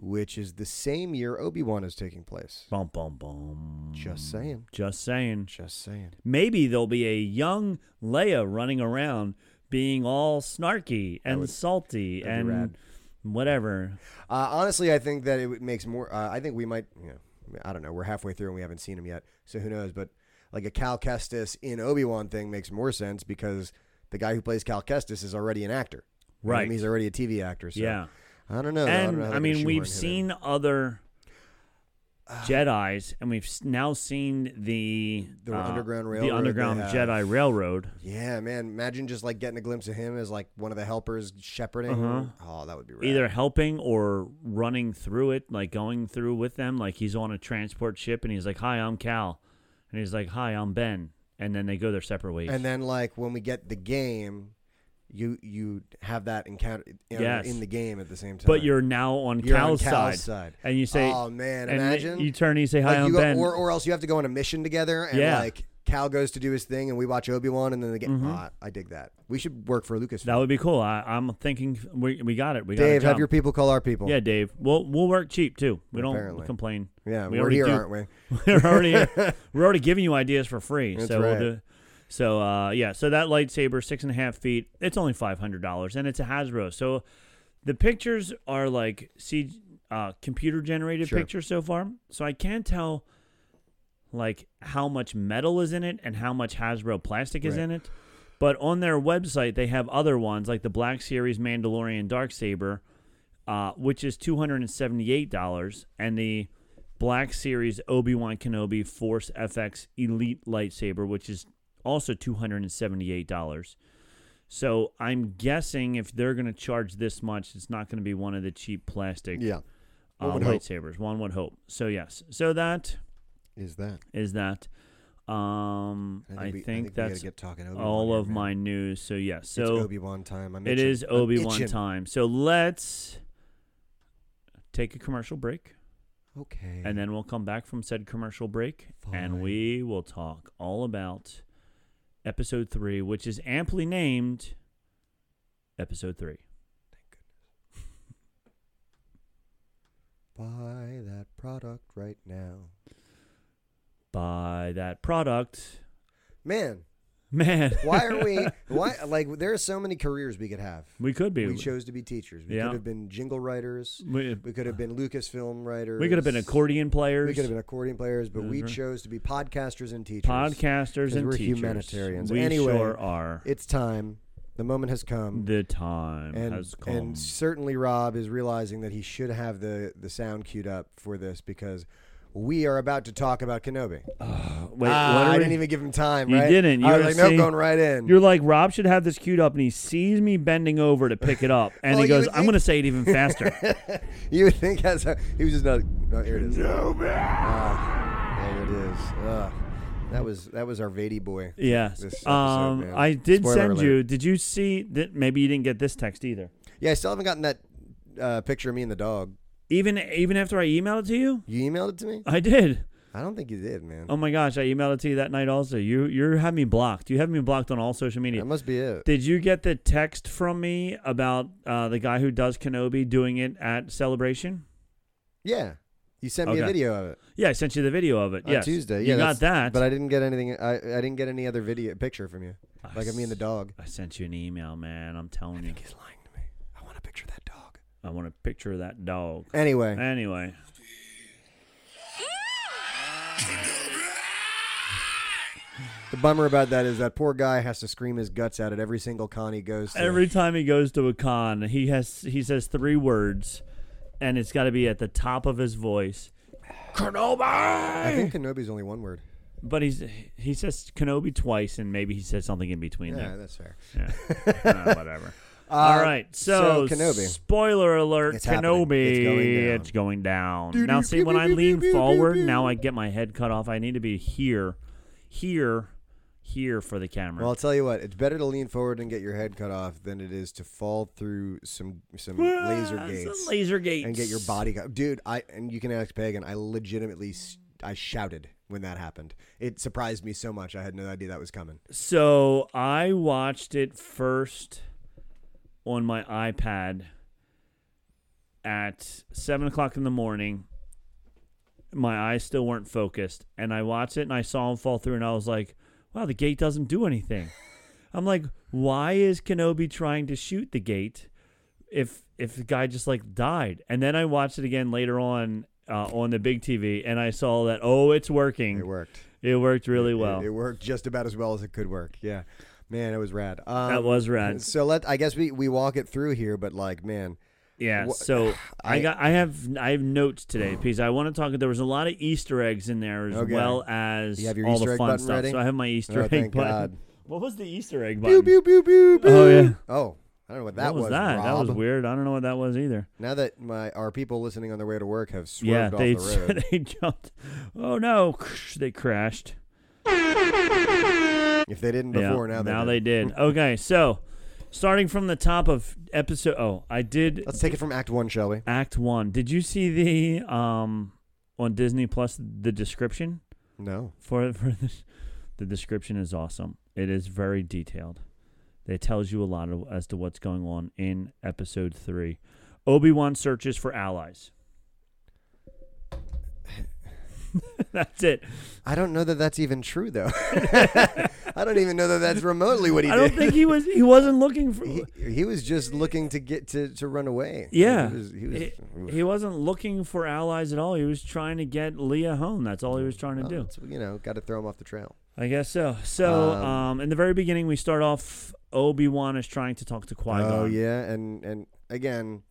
B: which is the same year Obi Wan is taking place.
A: Bum bum bum.
B: Just saying.
A: Just saying.
B: Just saying.
A: Maybe there'll be a young Leia running around being all snarky and salty
B: that'd be
A: and
B: rad.
A: whatever.
B: Uh, honestly, I think that it would- makes more. Uh, I think we might. You know, I don't know. We're halfway through and we haven't seen him yet, so who knows? But like a Cal Kestis in Obi Wan thing makes more sense because the guy who plays Cal Kestis is already an actor. You know what I mean?
A: Right.
B: he's already a TV actor. So
A: yeah.
B: I don't know.
A: and
B: I don't know
A: I,
B: how they're gonna
A: mean, we've
B: shoehorn him in.
A: seen other Jedi's, and we've s- now seen the uh,
B: The Underground Railroad
A: the
B: they
A: Underground
B: have.
A: Jedi Railroad.
B: Yeah, man. Imagine just like getting a glimpse of him as like one of the helpers shepherding.
A: Uh-huh.
B: Oh, that would be rad.
A: Either helping or running through it, like going through with them. Like he's on a transport ship and he's like, Hi, I'm Cal. And he's like, Hi, I'm Ben. And then they go their separate ways.
B: And then like when we get the game, you you have that encounter in,
A: Yes.
B: in the game at the same time.
A: but you're now on
B: You're on
A: Cal's,
B: Cal's
A: side.
B: side.
A: And you say,
B: oh man,
A: and
B: imagine
A: You turn and you say, Hi,
B: Like,
A: I'm
B: you go-
A: Ben.
B: or, or else you have to go on a mission together, and
A: Yeah. Mm-hmm.
B: like Cal goes to do his thing, and we watch Obi Wan, and then they get. Ah, I dig that. We should work for Lucasfilm.
A: that would be cool. I, I'm thinking we, we got it. We
B: Dave,
A: got it.
B: have your people call our people.
A: Yeah, Dave. We'll we'll work cheap too. We don't
B: Apparently.
A: complain.
B: yeah,
A: we
B: we are
A: already
B: here,
A: do.
B: aren't we?
A: we're already we're already giving you ideas for free.
B: That's
A: so
B: right.
A: we'll do, so uh, yeah. So that lightsaber, six and a half feet. It's only five hundred dollars, and it's a Hasbro. So the pictures are like see uh, computer generated
B: Sure.
A: pictures so far. So I can't tell like how much metal is in it and how much Hasbro plastic is
B: Right.
A: in it. But on their website, they have other ones like the Black Series Mandalorian Dark Saber, uh, which is two hundred and seventy-eight dollars, and the Black Series Obi Wan Kenobi Force FX Elite lightsaber, which is also two hundred and seventy-eight dollars. So I'm guessing if they're going to charge this much, it's not going to be one of the cheap plastic
B: Yeah,
A: uh,
B: One would hope.
A: lightsabers. One would hope. So yes, so that
B: is that?
A: is that. Um, I think,
B: we- we gotta
A: that's
B: get talking Obi-Wan
A: all
B: here,
A: of
B: man.
A: my news. So yes,
B: It's
A: so
B: Obi Wan time. I'm
A: it
B: itching.
A: is
B: I'm
A: Obi Wan
B: itching.
A: time. So let's take a commercial break,
B: Okay.
A: and then we'll come back from said commercial break, and
B: Fine.
A: we will talk all about episode three, which is amply named episode three.
B: buy that product right now,
A: By that product,
B: man.
A: man.
B: Why are we? why like there are so many careers we could have.
A: we could be.
B: We chose to be teachers. We
A: Yeah.
B: could have been jingle writers.
A: we,
B: We could have been Lucasfilm writers.
A: we could have been accordion players.
B: We could have been accordion players, but we
A: Mhm.
B: chose to be podcasters and teachers.
A: podcasters
B: 'Cause
A: and
B: we're
A: teachers.
B: humanitarians.
A: We
B: Anyway,
A: sure are.
B: It's time. The moment has come.
A: the time
B: and,
A: has come.
B: and certainly Rob is realizing that he should have the, the sound queued up for this because we are about to talk about Kenobi.
A: Wait,
B: Ah,
A: what are
B: I
A: we-
B: didn't even give him time.
A: You
B: right?
A: didn't.
B: I
A: You
B: was
A: were
B: like, no,
A: saying-
B: going right in.
A: You're like Rob should have this queued up, and he sees me bending over to pick it up, and
B: Well,
A: he
B: you
A: goes,
B: would
A: "I'm
B: think-
A: going to say it even faster."
B: You would think that's how he was just not. Oh, here it is. Ah, there it is. Ah, that was that was our Vady boy.
A: yes.
B: This episode,
A: um,
B: man.
A: I did
B: Spoiler
A: send
B: alert.
A: you. Did you see that? Maybe you didn't get this text either.
B: Yeah, I still haven't gotten that uh, picture of me and the dog.
A: Even even after I emailed it to you,
B: You emailed it to me?
A: I did.
B: I don't think you did, man.
A: Oh my gosh, I emailed it to you that night. Also, you you have me blocked. You have me blocked on all social media.
B: That must be it.
A: Did you get the text from me about uh, the guy who does Kenobi doing it at Celebration?
B: Yeah, you sent me a
A: Okay.
B: video of it
A: Yeah, I sent you the video of it.
B: on
A: yes.
B: Tuesday.
A: you
B: Yeah,
A: got
B: that's-
A: that.
B: But I didn't get anything. I, I didn't get any other video picture from you, like of me and the dog.
A: I sent you an email, man. I'm telling you.
B: He's lying to me. I want a picture of that dog.
A: I want a picture of that dog.
B: Anyway,
A: Anyway,
B: the bummer about that is that poor guy has to scream his guts out at every single con he goes to.
A: every time he goes to a con, he has he says three words, and it's got to be at the top of his voice.
B: I think Kenobi's only one word.
A: But he's he says Kenobi twice, and maybe he says something in between
B: Yeah,
A: there.
B: that's fair.
A: Yeah. Uh, whatever. All right, so,
B: so Kenobi.
A: Spoiler alert,
B: It's happening.
A: Kenobi.
B: It's going down.
A: It's going down. now, see, when I lean forward, now I get my head cut off. I need to be here, here, here for the camera.
B: Well, I'll tell you what. It's better to lean forward and get your head cut off than it is to fall through some some laser
A: Ah, it's
B: gates
A: a laser gates.
B: and get your body cut. Dude, I and you can ask Pagan. I legitimately s- I shouted when that happened. It surprised me so much. I had no idea that was coming.
A: So I watched it first on my iPad at seven o'clock in the morning. My eyes still weren't focused, and I watched it and I saw him fall through, and I was like, "Wow, the gate doesn't do anything." I'm like, "Why is Kenobi trying to shoot the gate if if the guy just like died?" And then I watched it again later on uh, on the big TV, and I saw that oh, it's working.
B: It worked.
A: It worked really well.
B: It, it worked just about as well as it could work. Yeah, man, it was rad. Um,
A: that was rad.
B: So let I guess we we walk it through here, but like man,
A: Yeah.
B: Wha-
A: so I,
B: I-
A: got I have I have notes today because I want to talk. There was a lot of Easter eggs in there as
B: Okay.
A: well as
B: You have your
A: all
B: Easter
A: the
B: egg
A: fun
B: button
A: stuff.
B: ready?
A: So I have my Easter
B: Oh,
A: egg
B: thank
A: button.
B: God.
A: What was the Easter egg
B: pew
A: button?
B: pew pew pew.
A: Oh,
B: pew.
A: yeah.
B: Oh, I don't know what that
A: what was,
B: was.
A: that? That was
B: Rob.
A: weird. I don't know what that was either.
B: Now that my our people listening on their way to work have swerved
A: yeah,
B: off
A: they
B: the road,
A: they jumped. Oh no! They crashed.
B: if they didn't before,
A: yeah,
B: now they.
A: now
B: do.
A: they did. okay, so starting from the top of episode. Oh, I did
B: Let's take it from Act One, shall we?
A: Act One. Did you see the um on Disney Plus the description?
B: No.
A: for for this, the description is awesome. It is very detailed. It tells you a lot of, as to what's going on in episode three. Obi Wan searches for allies. That's it.
B: I don't know that that's even true, though. I don't even know that that's remotely what he
A: I don't
B: did.
A: think he was. He wasn't looking for.
B: he, he was just looking to get to, to run away. Like,
A: yeah,
B: he was, he was- oof.
A: not looking for allies at all. He was trying to get Leia home. That's all he was trying to
B: Well,
A: do.
B: Oh, it's, you know, got to throw him off the trail.
A: I guess so. So,
B: Oh. Um,
A: um, in the very beginning, we start off. Obi Wan is trying to talk to Qui Gon.
B: Oh yeah, and and again,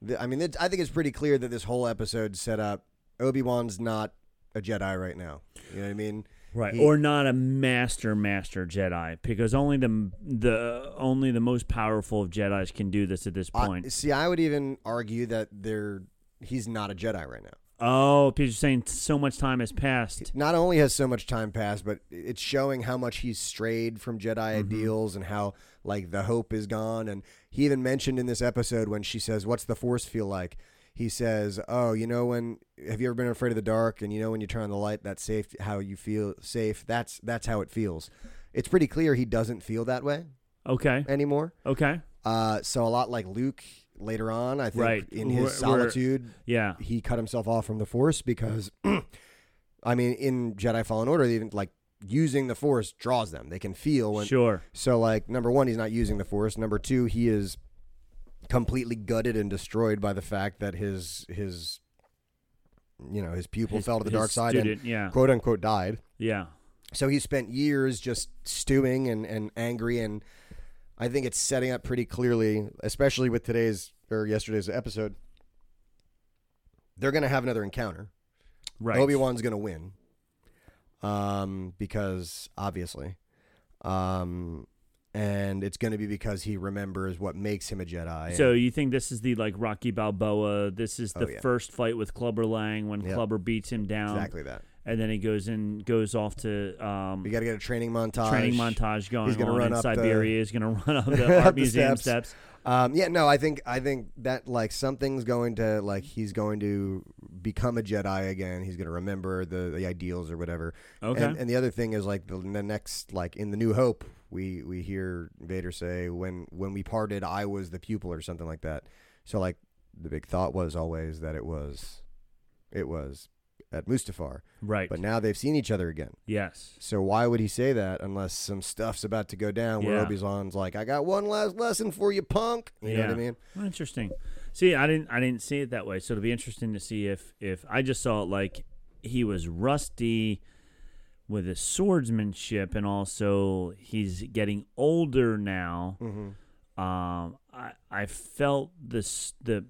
B: the, I mean, it's, I think it's pretty clear that this whole episode set up Obi Wan's not a Jedi right now. You know what I mean?
A: right
B: He-
A: or not a master master jedi because only the the only the most powerful of jedis can do this at this
B: I-
A: point
B: see, I would even argue that they're he's not a Jedi right now.
A: oh because you're saying so much time has passed
B: Not only has so much time passed, but it's showing how much he's strayed from Jedi ideals and how like the hope is gone. And he even mentioned in this episode when she says, "What's the Force feel like?" He says, "Oh, you know when have you ever been afraid of the dark? And you know when you turn on the light, that's safe. How you feel safe? That's that's how it feels." It's pretty clear he doesn't feel that way
A: okay
B: anymore.
A: okay
B: Uh, so a lot like Luke later on, I think
A: Right.
B: in his
A: We're- we're-
B: solitude,
A: yeah
B: he cut himself off from the Force because, I mean, in Jedi Fallen Order, they even like using the Force draws them. They can feel when.
A: sure
B: So like number one, he's not using the Force. Number two, he is completely gutted and destroyed by the fact that his his you know his pupil
A: His-
B: fell to the
A: his
B: dark side
A: student, yeah.
B: and quote unquote died
A: yeah
B: so he spent years just stewing and, and angry and i think it's setting up pretty clearly especially with today's or yesterday's episode they're going to have another encounter
A: Right.
B: Obi Wan's going to win, um, because obviously, um, and it's going to be because he remembers what makes him a Jedi.
A: So you think this is the like Rocky Balboa? This is the
B: Oh, yeah.
A: first fight with Clubber Lang when
B: Yep.
A: Clubber beats him down,
B: exactly that.
A: and then he goes in, goes off to um,
B: We got to get a training montage.
A: training montage going
B: gonna
A: on
B: run
A: in
B: up the-
A: Siberia. He's going to run up the
B: up
A: art
B: the
A: museum
B: steps.
A: steps.
B: Um, yeah, no, I think I think that like something's going to like he's going to become a Jedi again. He's going to remember the, the ideals or whatever.
A: Okay.
B: And, and the other thing is like the, the next like in the New Hope, we we hear Vader say when when we parted, I was the pupil or something like that. So like the big thought was always that it was, it was at Mustafar.
A: Right.
B: But now they've seen each other again.
A: yes.
B: So why would he say that unless some stuff's about to go down where
A: Yeah.
B: Obi Wan's like, "I got one last lesson for you, punk." You know what I
A: Yeah.
B: mean?
A: Well, Interesting. See, I didn't I didn't see it that way. So it'll be interesting to see if if I just saw it like he was rusty with his swordsmanship and also he's getting older now.
B: Mm-hmm.
A: Um I I felt this the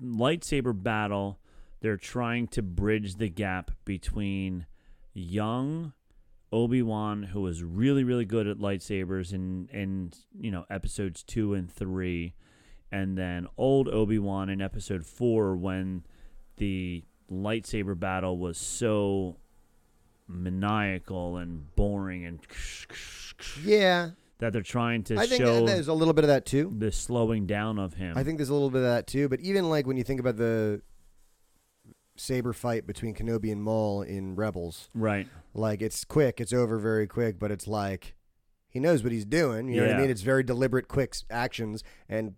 A: lightsaber battle they're trying to bridge the gap between young Obi-Wan who was really really good at lightsabers in in you know episodes 2 and 3 and then old Obi-Wan in episode 4 when the lightsaber battle was so maniacal and boring and
B: Yeah,
A: that they're trying to
B: I think
A: show
B: there's a little bit of that too.
A: the slowing down of him.
B: I think there's a little bit of that too. But even like when you think about the saber fight between Kenobi and Maul in Rebels,
A: right.
B: like it's quick, it's over very quick, but it's like he knows what he's doing. You know what I
A: Yeah.
B: mean? It's very deliberate, quick s- actions, and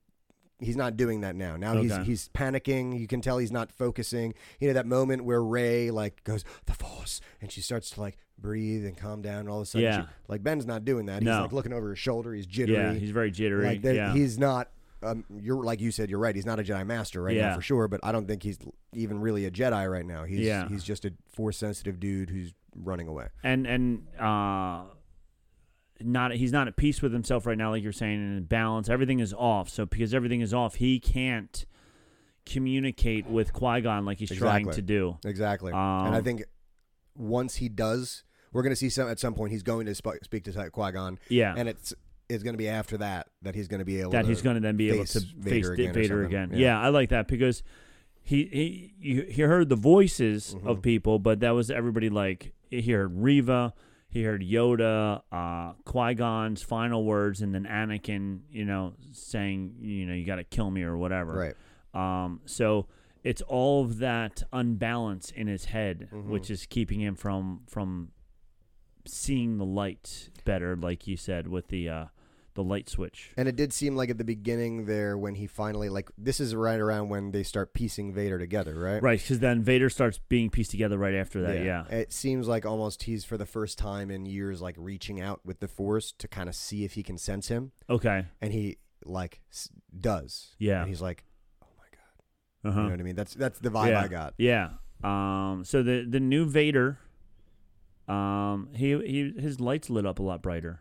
B: he's not doing that now. Now he's
A: Okay.
B: he's panicking. You can tell he's not focusing. You know that moment where Ray like goes the Force, and she starts to like breathe and calm down. And all of a sudden,
A: Yeah.
B: she- like Ben's not doing that. He's
A: No.
B: like looking over his shoulder. He's jittery.
A: Yeah, he's very jittery.
B: Like there-
A: yeah.
B: he's not. Um, you're like you said. You're right. He's not a Jedi Master right now
A: Yeah.
B: for sure. But I don't think he's l- even really a Jedi right now. He's
A: Yeah.
B: he's just a force sensitive dude who's running away.
A: and and uh not he's not at peace with himself right now like you're saying and in balance everything is off so because everything is off he can't communicate with Qui-Gon like he's trying
B: Exactly.
A: to do
B: Exactly. and I
A: Um,
B: think once he does, we're going to see some at some point. He's going to sp- speak to Qui Gon.
A: Yeah.
B: And it's it's going to be after that that he's going to be able
A: that
B: to
A: he's going to then be able
B: face
A: to face
B: Vader
A: Vader again.
B: again or
A: Vader
B: something.
A: again.
B: Yeah.
A: Yeah. I like that because he he you- he heard the voices
B: Mm-hmm.
A: of people, but that was everybody like he heard Riva, he heard Yoda, uh, Qui Gon's final words, and then Anakin, you know, saying you know you got to kill me or whatever.
B: right.
A: Um, so it's all of that unbalance in his head,
B: Mm-hmm.
A: which is keeping him from from seeing the light better, like you said, with the uh, the light switch.
B: And it did seem like at the beginning there when he finally like this is right around when they start piecing Vader together, right?
A: Right, because then Vader starts being pieced together right after that. Yeah,
B: It seems like almost he's for the first time in years like reaching out with the force to kind of see if he can sense him
A: okay,
B: and he like s- does.
A: Yeah.
B: And he's like, "Oh my god."
A: uh-huh.
B: You know what I mean? That's that's the vibe
A: yeah.
B: I got.
A: Yeah. Um. So the the new Vader, um, he he his lights lit up a lot brighter.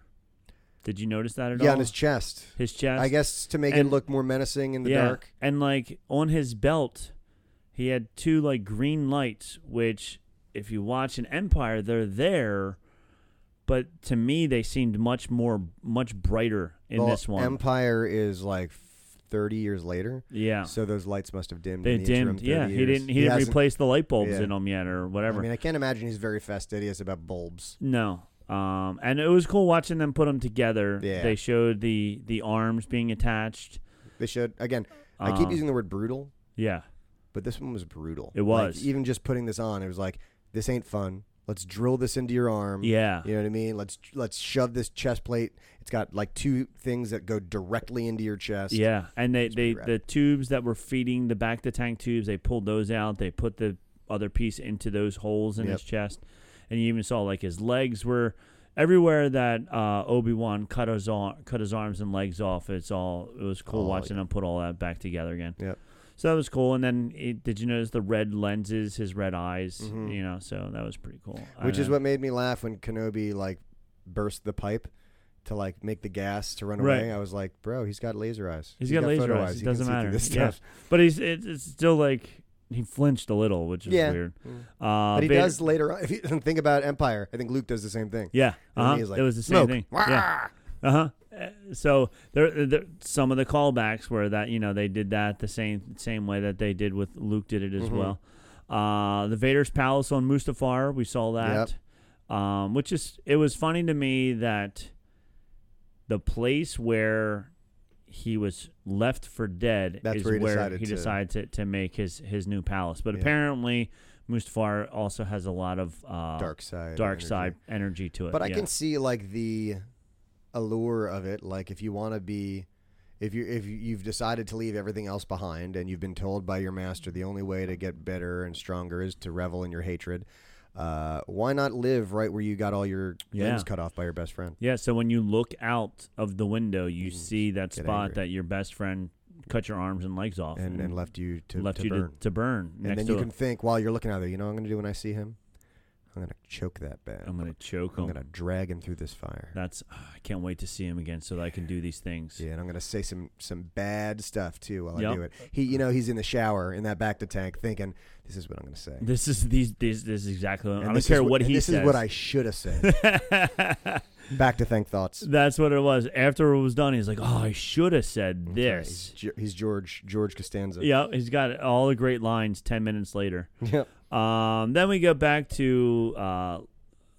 A: Did you notice that at
B: Yeah,
A: all?
B: on his chest.
A: his chest.
B: I guess to make it
A: And-
B: look more menacing in the dark.
A: And like on his belt, he had two like green lights, which if you watch an Empire, they're there. But to me, they seemed much more, much brighter in
B: Well,
A: this one.
B: Empire is like 30 years later.
A: yeah,
B: So those lights must have dimmed.
A: they
B: in the interim
A: dimmed.
B: 30
A: Yeah, he
B: years.
A: didn't. He, didn't
B: hasn't-
A: replace the light bulbs
B: Yeah.
A: in them yet, or
B: I
A: whatever.
B: mean, I can't imagine he's very fastidious about bulbs.
A: No. Um, and it was cool watching them put them together.
B: Yeah.
A: They showed the the arms being attached.
B: They should again. I keep
A: Um,
B: using the word brutal,
A: Yeah.
B: but this one was brutal.
A: It
B: Like,
A: was.
B: even just putting this on, it was like this ain't fun. Let's drill this into your arm.
A: Yeah.
B: You know what I mean? Let's let's shove this chest plate. It's got like two things that go directly into your chest.
A: Yeah. And they, they
B: pretty rad.
A: the tubes that were feeding the back of the tank tubes, they pulled those out. They put the other piece into those holes in his
B: Yep.
A: chest. And you even saw like his legs were everywhere that uh, Obi Wan cut his ar- cut his arms and legs off. It's all it was cool
B: Oh,
A: watching him put all that back together again.
B: Yep.
A: So that was cool. And then it, did you notice the red lenses, his red eyes? You know, so that was pretty cool. I
B: Mm-hmm. Which is
A: know.
B: what made me laugh when Kenobi like burst the pipe to like make the gas to run
A: Right.
B: away. I was like, bro, he's got laser eyes.
A: he's got laser
B: photo
A: eyes. It
B: He can
A: doesn't
B: see through
A: matter.
B: This
A: Yeah.
B: stuff.
A: But he's it, it's still like he flinched a little, which is
B: Yeah.
A: weird.
B: Mm.
A: Uh,
B: but he
A: Vader-
B: does later on. If you think about Empire, I think Luke does the same thing.
A: Yeah,
B: And
A: uh-huh.
B: he's like,
A: it was the same
B: "Smoke."
A: thing. Yeah. Uh-huh. Uh So there, there, some of the callbacks were that you know they did that the same same way that they did with Luke did it as
B: Mm-hmm.
A: well. Uh, the Vader's palace on Mustafar, we saw that, um, which is it was funny to me that the place where he was left for dead
B: That's
A: is
B: where he
A: where
B: decided
A: he
B: to-
A: decided to, to make his his new palace. But
B: Yeah.
A: apparently, Mustafar also has a lot of uh,
B: Dark side.
A: dark
B: energy.
A: side energy to it.
B: But I
A: yeah.
B: can see like the allure of it. Like if you want to be, if you if you- you've decided to leave everything else behind, and you've been told by your master the only way to get better and stronger is to revel in your hatred. Uh, why not live right where you got all your
A: Yeah.
B: limbs cut off by your best friend?
A: Yeah, so when you look out of the window, you see that
B: get
A: spot
B: angry.
A: that your best friend cut your arms and legs off
B: And, and left you to,
A: left
B: to
A: you
B: burn.
A: To, to burn.
B: and
A: next
B: then
A: to
B: you
A: a-
B: can think while you're looking out there, you know what I'm going to do when I see him? I'm going to choke that bad.
A: I'm gonna choke
B: I'm
A: him.
B: gonna drag him through this fire.
A: That's ah, I can't wait to see him again so that I can do these things.
B: Yeah, and I'm gonna say some some bad stuff too while I
A: Yep.
B: do it. He, you know, he's in the shower in that back to tank, thinking, "This is what I'm gonna say."
A: This is these these this is exactly. What, I
B: And
A: don't
B: this
A: care
B: is
A: what,
B: and
A: he
B: This
A: says.
B: is what I should have said. back to tank thoughts.
A: That's what it was. After it was done, he's like, "Oh, I should have said
B: He's,
A: this."
B: Ge- he's George George Costanza.
A: Yeah, he's got all the great lines. Ten minutes later.
B: Yep.
A: Um, then we go back to uh,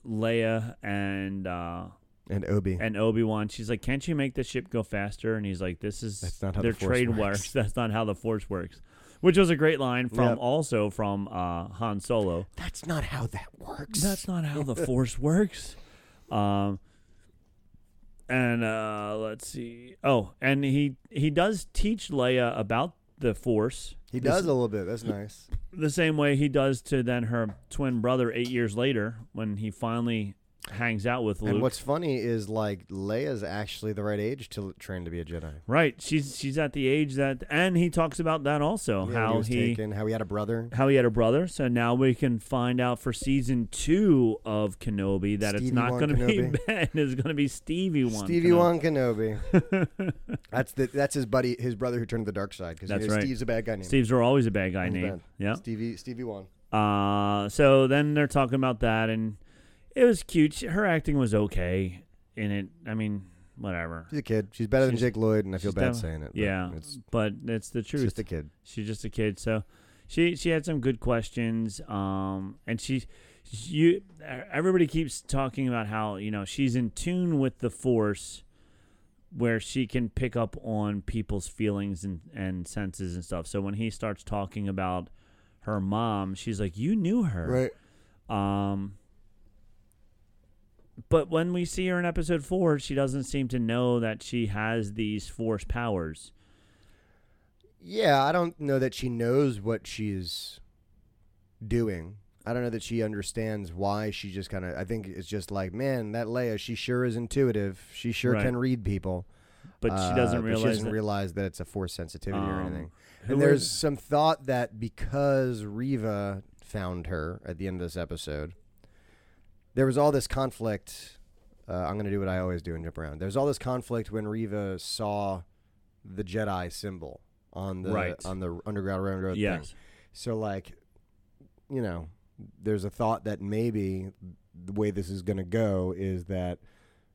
A: Leia and. Uh,
B: And Obi.
A: and Obi Wan. She's like, "Can't you make the ship go faster?" And he's like, "This is
B: That's not how the
A: their
B: Force
A: trade
B: works."
A: That's not how the Force works." Which was a great line from
B: Yep.
A: also from uh, Han Solo.
B: That's not how that works.
A: That's not how the Force works. Um, and uh, let's see. Oh, and he he does teach Leia about the Force.
B: he
A: This-
B: does a little bit. That's nice.
A: the same way he does to then her twin brother eight years later when he finally hangs out with Luke.
B: And what's funny is like Leia's actually the right age to train to be a Jedi.
A: Right. She's she's at the age that and he talks about that also.
B: Yeah, when
A: how
B: he, was
A: he
B: taken, how he had a brother.
A: how he had a brother. So now we can find out for season two of Kenobi that
B: Stevie
A: it's not
B: Wan
A: gonna be
B: Kenobi.
A: Ben, it's gonna be Stevie One.
B: Stevie Wan Kenobi. that's the that's his buddy, his brother who turned to the dark side. Because
A: That's
B: you know,
A: right.
B: Steve's a bad guy name.
A: Steve's are always a bad guy
B: He's
A: name.
B: bad.
A: Yeah.
B: Stevie Stevie Wan.
A: Uh so then they're talking about that and it was cute. She- Her acting was okay in it. I mean, whatever.
B: She's a kid. She's better than
A: She's-
B: Jake Lloyd, and I feel
A: she's
B: bad
A: def-
B: saying it. but
A: yeah.
B: it's,
A: but it's the
B: it's
A: truth.
B: just a kid.
A: She's just a kid, so she she had some good questions. Um, and she, you, everybody keeps talking about how you know she's in tune with the force, where she can pick up on people's feelings and and senses and stuff. So when he starts talking about her mom, she's like, "You knew her, um, but when we see her in episode four, she doesn't seem to know that she has these force powers.
B: Yeah, I don't know that she knows what she's doing. I don't know that she understands why she just kind of. I think it's just like, man, that Leia, she sure is intuitive. She sure
A: Right.
B: can read people.
A: But
B: Uh,
A: she doesn't
B: but
A: realize
B: she doesn't
A: that-
B: realize that it's a force sensitivity or
A: Um,
B: anything.
A: who
B: And there's
A: is-
B: some thought that because Riva found her at the end of this episode, there was all this conflict. Uh, I'm going to do what I always do and jump around. There's all this conflict when Riva saw the Jedi symbol on the
A: Right.
B: on the Underground Railroad thing.
A: yes.
B: So like, you know, there's a thought that maybe the way this is gonna go is that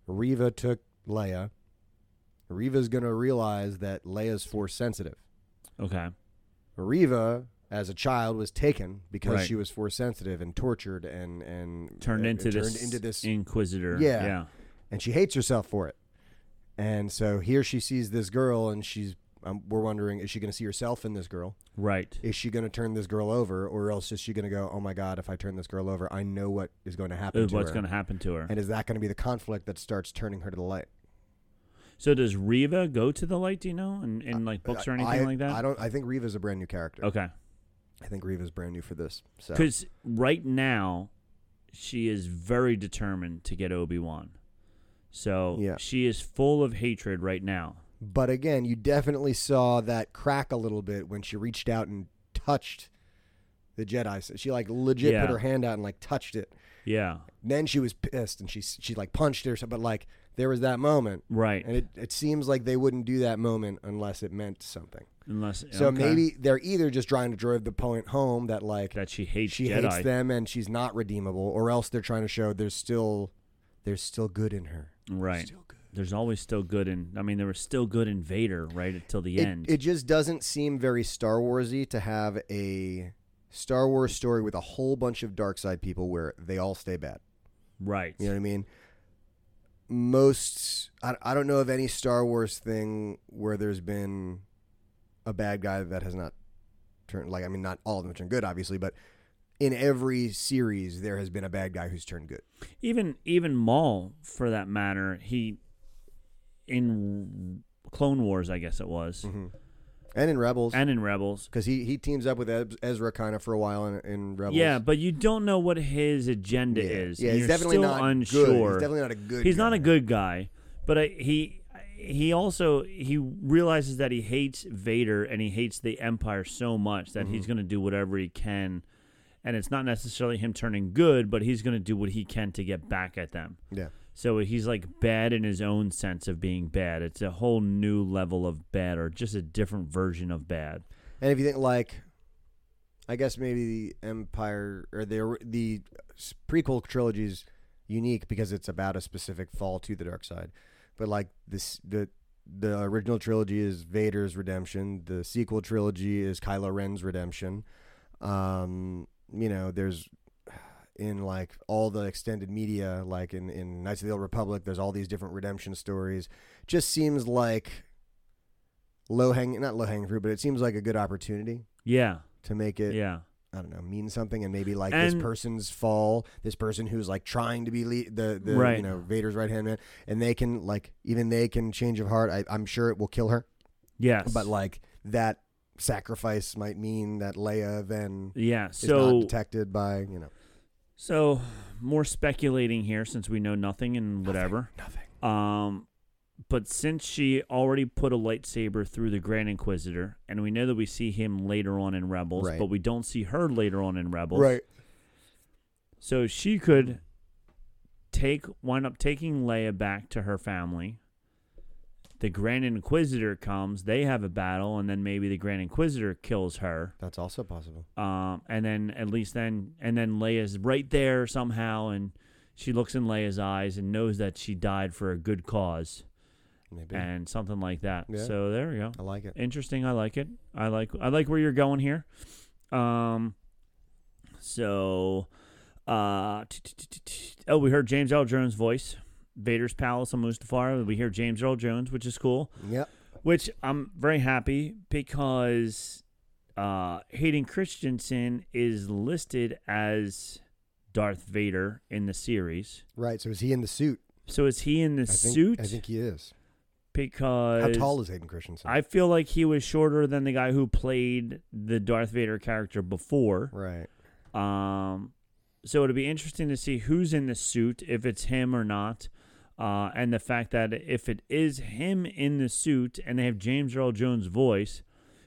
B: Riva took Leia. Riva's gonna realize that Leia's force sensitive.
A: Okay.
B: Riva, as a child, was taken because
A: Right.
B: she was force sensitive and tortured and and
A: Turned
B: and-
A: into
B: and
A: this
B: turned into this,
A: inquisitor.
B: Yeah.
A: Yeah.
B: and she hates herself for it. And so here she sees this girl, and she's um, we're wondering is she going to see herself in this girl?
A: Right.
B: Is she going to turn this girl over, or else is she going to go, oh my god, if I turn this girl over, I know what is going to happen
A: Is
B: to
A: what's
B: her.
A: going to happen to her.
B: and is that going to be the conflict that starts turning her to the light?
A: so does Riva go to the light? Do you know? In, in like books or
B: I-
A: anything
B: I-
A: like that?
B: I don't. I think Riva's a brand new character.
A: okay.
B: I think Riva's brand new for this. So
A: Because right now, she is very determined to get Obi Wan. So
B: Yeah.
A: she is full of hatred right now.
B: But again, you definitely saw that crack a little bit when she reached out and touched the Jedi. So She like legit
A: Yeah.
B: put her hand out and like touched it.
A: Yeah.
B: Then she was pissed and she she like punched it or something. But like there was that moment.
A: Right.
B: And it, it seems like they wouldn't do that moment unless it meant something.
A: Unless
B: So
A: okay.
B: maybe they're either just trying to drive the point home that like
A: that she hates
B: she
A: Jedi.
B: hates them and she's not redeemable, or else they're trying to show there's still there's still good in her.
A: Right. There's always still good in. I mean, there was still good in Vader right until the
B: It,
A: end.
B: it just doesn't seem very Star Warsy to have a Star Wars story with a whole bunch of dark side people where they all stay bad.
A: right.
B: You know what I mean? Most I, I don't know of any Star Wars thing where there's been a bad guy that has not turned like I mean not all of them turned good obviously, but in every series there has been a bad guy who's turned good.
A: Even even Maul, for that matter, he in Clone Wars, I guess it was,
B: Mm-hmm. And in Rebels
A: and in Rebels.
B: cuz he he teams up with Ez- Ezra kind of for a while in, in Rebels.
A: Yeah, but you don't know what his agenda
B: Yeah.
A: is.
B: Yeah,
A: and
B: he's
A: you're
B: definitely
A: still
B: not good. He's
A: unsure.
B: definitely not a good
A: He's not
B: guy.
A: a good guy, but I, he he also he realizes that he hates Vader and he hates the Empire so much that
B: Mm-hmm.
A: he's going to do whatever he can, and it's not necessarily him turning good, but he's going to do what he can to get back at them.
B: Yeah.
A: So he's like bad in his own sense of being bad. It's a whole new level of bad, or just a different version of bad.
B: And if you think like, I guess maybe the Empire or the the prequel trilogy is unique because it's about a specific fall to the dark side. But like this, the the original trilogy is Vader's redemption. The sequel trilogy is Kylo Ren's redemption. Um, you know, there's in like all the extended media, like in in Knights of the Old Republic, there's all these different redemption stories. Just seems like low hanging, not low hanging fruit, but it seems like a good opportunity
A: Yeah,
B: to make it
A: yeah,
B: I don't know mean something and maybe like
A: And-
B: this person's fall, this person who's like trying to be le- the the
A: Right.
B: you know Vader's right hand man, and they can like even they can change of heart. I, I'm sure it will kill her,
A: yes.
B: but like that sacrifice might mean that Leia then
A: yeah.
B: is
A: So
B: not detected by you know
A: So, more speculating here since we know nothing and whatever.
B: nothing.
A: Um, but since she already put a lightsaber through the Grand Inquisitor, and we know that we see him later on in Rebels,
B: Right.
A: but we don't see her later on in Rebels.
B: Right.
A: So she could take wind up taking Leia back to her family. The Grand Inquisitor comes, they have a battle, and then maybe the Grand Inquisitor kills her.
B: That's also possible.
A: Um, and then at least then, and then Leia's right there somehow, and she looks in Leia's eyes and knows that she died for a good cause
B: Maybe.
A: and something like that.
B: Yeah.
A: So there we go.
B: I like it.
A: Interesting. I like it. I like I like where you're going here. Um, so, uh, t- t- t- t- t- oh, we heard James Earl Jones' voice, Vader's palace on Mustafar. We hear James Earl Jones, which is cool
B: Yep.
A: which I'm very happy because uh, Hayden Christensen is listed as Darth Vader in the series.
B: Right. So is he in the suit?
A: So is he in the
B: I think,
A: suit?
B: I think he is.
A: because
B: How tall is Hayden Christensen?
A: I feel like he was shorter than the guy who played the Darth Vader character before.
B: right.
A: Um, so it'll be interesting to see who's in the suit, if it's him or not. Uh, and the fact that if it is him in the suit and they have James Earl Jones' voice,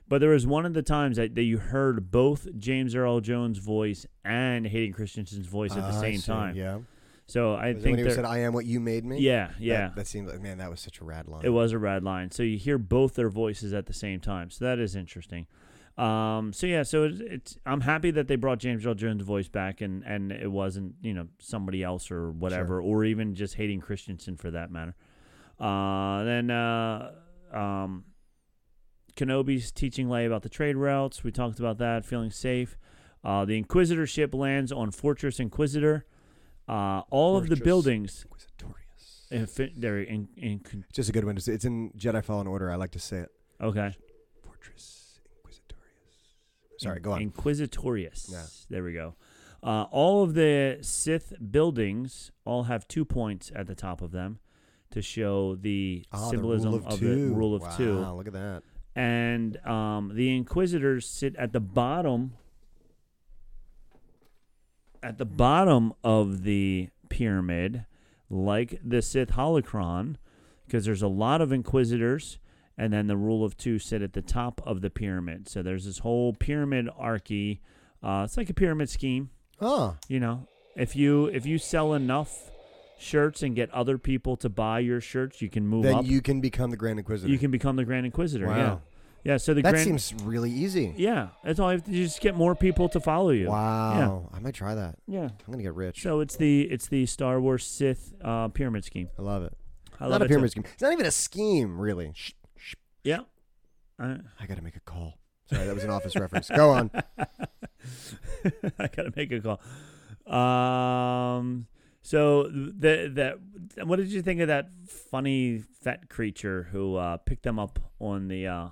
A: but there was one of the times that, that you heard both James Earl Jones' voice and Hayden Christensen's voice at the
B: Ah, I
A: same
B: see,
A: time.
B: Yeah.
A: So I
B: Was it
A: think
B: when he
A: they're-
B: said, "I am what you made me."
A: yeah,
B: That-
A: yeah,
B: That, seemed like man, that was such a rad line.
A: it was a rad line. So you hear both their voices at the same time. So that is interesting. Um, so yeah, so it's, it's I'm happy that they brought James Earl Jones' voice back, and and it wasn't you know somebody else or whatever, or even just Hayden Christensen for that matter. Uh, then uh, um, Kenobi's teaching Leia about the trade routes. We talked about that, feeling safe. Uh, the Inquisitor ship lands on Fortress Inquisitor. Uh, all of the
B: Fortress
A: buildings,
B: Inquisitorious.
A: infi- they're in, in,
B: It's just a good one to say. It's in Jedi Fallen Order. I like to say it.
A: okay.
B: Fortress Inquisitorious. Sorry, go on.
A: Inquisitorius.
B: Yeah.
A: There we go. Uh, all of the Sith buildings all have two points at the top of them to show the
B: Ah, the
A: symbolism
B: rule of,
A: of,
B: two.
A: the rule of
B: wow,
A: two.
B: Look at that.
A: And um, the Inquisitors sit at the bottom at the bottom of the pyramid, like the Sith holocron, because there's a lot of Inquisitors, and then the rule of two sit at the top of the pyramid. So there's this whole pyramid archy. Uh, it's like a pyramid scheme,
B: Oh,
A: you know. If you if you sell enough shirts and get other people to buy your shirts, you can move
B: Then
A: up.
B: you can become the Grand Inquisitor.
A: You can become the Grand Inquisitor. Yeah.
B: Wow.
A: Yeah. So the
B: that
A: Grand.
B: seems really easy.
A: yeah, that's all. You have to do, just get more people to follow you.
B: Wow. I might try that.
A: Yeah. Yeah.
B: I'm gonna get rich.
A: So it's the it's the Star Wars Sith uh, pyramid scheme.
B: I love it.
A: I
B: not
A: love
B: a
A: it, too.
B: pyramid scheme. It's not even a scheme, really. Shh, shh.
A: Yeah. I,
B: I gotta make a call. Sorry, that was an office reference. Go on.
A: I gotta make a call. Um. So the that what did you think of that funny fat creature who uh, picked them up on the uh,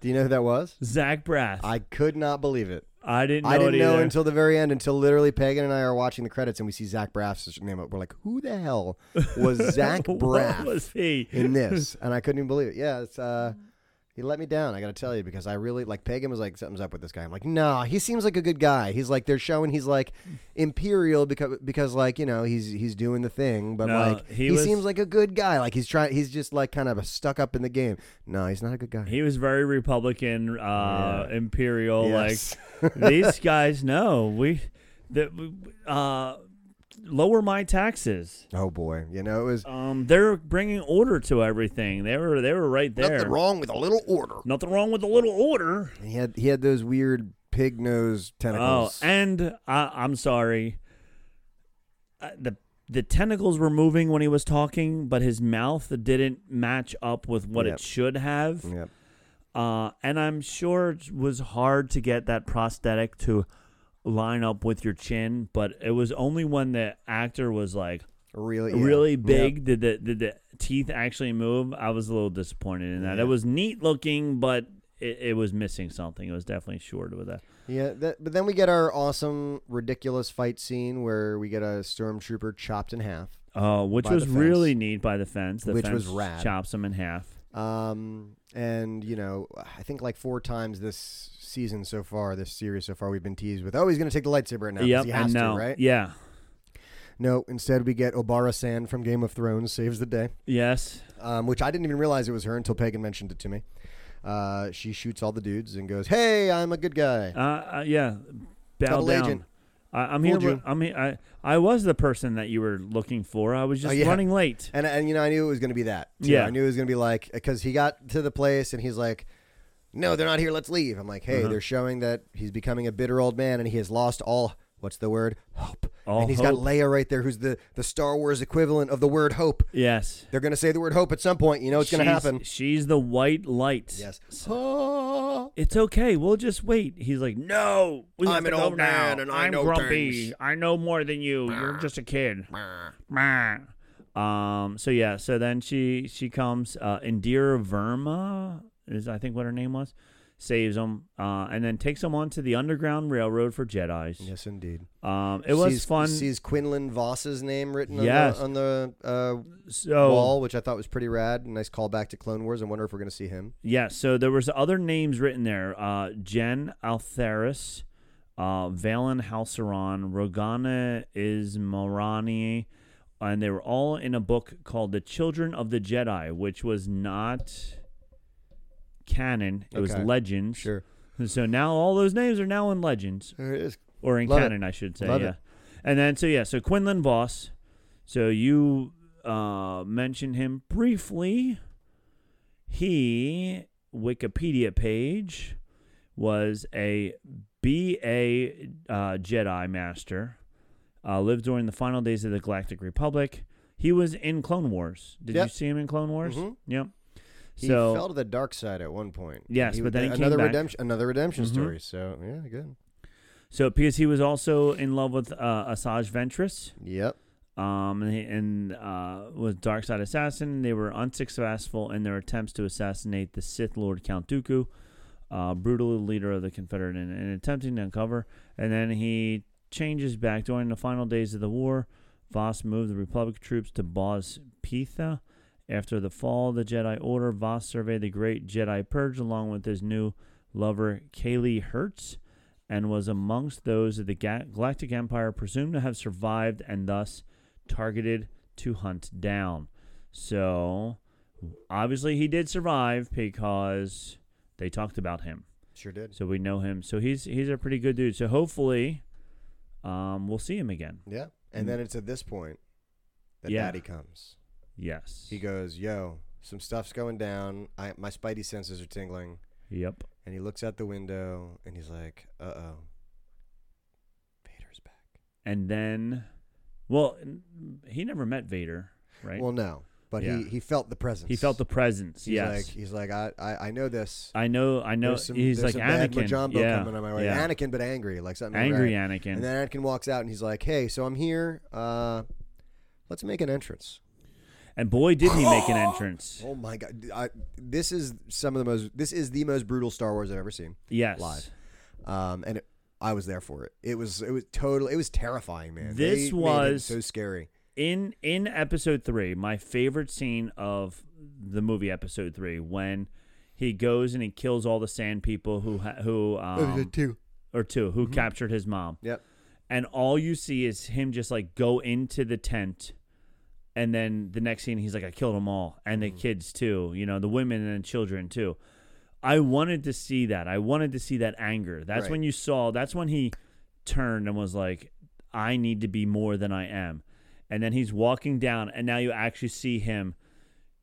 B: Do you know who that was?
A: Zach Braff?
B: I could not believe it.
A: I didn't know
B: I
A: it
B: didn't know
A: either.
B: until the very end, until literally Pagan and I are watching the credits and we see Zach Braff's name up. We're like, who the hell was Zach
A: What
B: Braff
A: was he?
B: in this? And I couldn't even believe it. Yeah, it's uh he let me down, I gotta tell you, because I really like Pagan was like, something's up with this guy. I'm like, nah, he seems like a good guy. He's like they're showing he's like imperial because because like, you know, he's he's doing the thing, but
A: No,
B: like
A: he
B: he,
A: was-
B: seems like a good guy. Like he's trying he's just like kind of stuck up in the game. No, he's not a good guy.
A: He was very Republican, uh, imperial.
B: Yes.
A: Like these guys know we that we- uh, lower my taxes.
B: oh boy. You know, it was
A: Um, they're bringing order to everything. They were they were right there.
B: nothing wrong with a little order.
A: Nothing wrong with a little order.
B: He had he had those weird pig nose
A: Oh,
B: tentacles.
A: and I, I'm sorry. Uh, the the tentacles were moving when he was talking, but his mouth didn't match up with what
B: Yep.
A: it should have.
B: yep.
A: Uh, and I'm sure it was hard to get that prosthetic to line up with your chin, but it was only when the actor was like
B: Really yeah.
A: really
B: Yep.
A: big did the did the teeth actually move. I was a little disappointed in that.
B: Yeah.
A: It was neat looking, but it, it was missing something. It was definitely short with that.
B: Yeah, that, but then we get our awesome ridiculous fight scene where we get a stormtrooper chopped in half.
A: Uh, which
B: By the
A: was
B: fence.
A: really neat by the fence. The
B: Which
A: fence
B: was rad.
A: chops him in half.
B: Um and you know, I think like four times this season so far, this series so far we've been teased with, "Oh, he's going to take the lightsaber now 'cause
A: yep,
B: he
A: and
B: has to,
A: no,
B: right?"
A: yeah,
B: No, instead we get Obara San from Game of Thrones saves the day.
A: yes,
B: um, which I didn't even realize it was her until Pagan mentioned it to me. Uh, she shoots all the dudes and goes, "Hey, I'm a good guy."
A: uh, uh, yeah. Bow
B: Double
A: down.
B: agent.
A: I, I'm
B: Fooled
A: here.
B: you.
A: with- I'm here. I I was the person that you were looking for. I was just
B: Oh, yeah.
A: running late.
B: And and you know, I knew it was going to be that. too.
A: Yeah.
B: I knew it was going to be like because he got to the place and he's like, "No, they're not here. Let's leave." I'm like, "Hey,
A: Uh-huh.
B: they're showing that he's becoming a bitter old man and he has lost all what's the word hope."
A: All
B: and he's got
A: hope.
B: Leia right there, who's the the Star Wars equivalent of the word hope.
A: Yes,
B: They're going to say the word hope at some point. You know, it's going to
A: She's-
B: happen.
A: She's the white light.
B: Yes.
A: It's okay. We'll just wait. He's like, no. we have
B: I'm
A: to
B: an
A: go
B: old
A: now.
B: man and I
A: I'm
B: know
A: grumpy.
B: things."
A: I know more than you. You're just a kid. Meh. Um. So yeah. So then she she comes. Uh, Indira Verma is I think what her name was. Saves him. Uh, and then takes him onto the underground railroad for Jedi's.
B: Yes, indeed.
A: Um. It was
B: sees,
A: fun.
B: Sees Quinlan Voss's name written
A: Yes. Oh.
B: on the, on the uh,
A: so
B: wall, which I thought was pretty rad. Nice callback to Clone Wars. I wonder if we're going to see him.
A: Yeah, so there was other names written there. Uh, Jen Altheris, uh, Valen Halceron, Rogana Ismarani, and they were all in a book called The Children of the Jedi, which was not canon. It was
B: Okay.
A: Legends. So now all those names are now in Legends
B: There it is.
A: or in
B: Love it.
A: canon, I should say.
B: Love
A: yeah.
B: it.
A: And then so yeah, so Quinlan Voss. So you uh, mentioned him briefly. He Wikipedia page was a BA uh, Jedi Master. Uh, lived during the final days of the Galactic Republic. He was in Clone Wars. Did you
B: Yep.
A: see him in Clone Wars?
B: Mhm.
A: Yep.
B: He
A: so
B: fell to the dark side at one point. uh,
A: Yes, but then he came
B: another
A: back.
B: redemption, another redemption
A: Mhm.
B: story. So yeah, good.
A: so because he was also in love with uh, Asajj Ventress.
B: Yep.
A: um, and, he- and uh, was Dark Side Assassin. They were unsuccessful in their attempts to assassinate the Sith Lord Count Dooku, uh, brutal leader of the Confederate, and, and attempting to uncover. And then he changes back during the final days of the war. Voss moved the Republic troops to Boz Pitha. After the fall of the Jedi Order, Voss surveyed the Great Jedi Purge along with his new lover, Kaylee Hertz, and was amongst those of the Ga- Galactic Empire presumed to have survived and thus targeted to hunt down. So, obviously, he did survive because they talked about him.
B: Sure did.
A: So we know him. So he's he's a pretty good dude. So hopefully, um, we'll see him again.
B: Yeah. And then it's at this point that
A: Yeah.
B: Daddy comes.
A: Yes.
B: He goes, "Yo, some stuff's going down. I my spidey senses are tingling."
A: Yep.
B: And he looks out the window and he's like, "Uh oh, Vader's back."
A: And then, well, n- he never met Vader, right?
B: Well, no, but
A: Yeah.
B: he he felt the presence.
A: he felt the presence.
B: He's
A: yes.
B: like he's like I I, I know this.
A: I know. I know.
B: There's some-
A: he's like
B: there's some
A: Anakin.
B: Bad Majumbo
A: yeah.
B: coming on my way.
A: yeah.
B: Anakin, but angry, like something.
A: Angry
B: right.
A: Anakin.
B: And then Anakin walks out and he's like, "Hey, so I'm here. Uh, let's make an entrance."
A: And boy, did he make an entrance.
B: Oh my god, I, this is some of the most. This is the most brutal Star Wars I've ever seen.
A: Yes.
B: Live. Um, and it, I was there for it. It was it was total. It was terrifying, man.
A: This
B: They made him
A: was-
B: so scary.
A: In in episode three, my favorite scene of the movie episode three when he goes and he kills all the sand people who ha- who um,
B: too.
A: or two who captured his mom.
B: Yep.
A: and all you see is him just like go into the tent and then the next scene he's like i killed them all and the kids too you know the women and the children too i wanted to see that i wanted to see that anger that's
B: Right.
A: when you saw that's when he turned and was like i need to be more than i am and then he's walking down and now you actually see him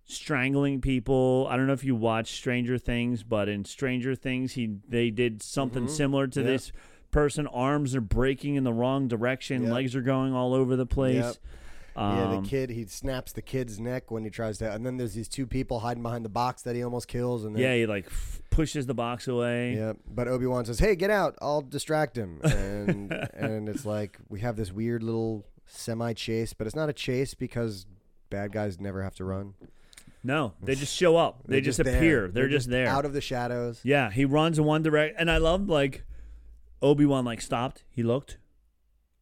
A: strangling people i don't know if you watched stranger things but in stranger things he they did something similar to
B: Yeah.
A: this person arms are breaking in the wrong direction
B: Yep.
A: legs are going all over the place
B: Yep.
A: Um,
B: yeah, the kid he snaps the kid's neck when he tries to, and then there's these two people hiding behind the box that he almost kills, and then,
A: yeah he like f- pushes the box away
B: Yeah, but Obi Wan says, "Hey, get out! I'll distract him." And and it's like we have this weird little semi chase, but it's not a chase because bad guys never have to run.
A: no they just show up they just,
B: there.
A: appear they're, just, there
B: out of the shadows.
A: yeah he runs in one direct and i love like obi-wan like stopped he looked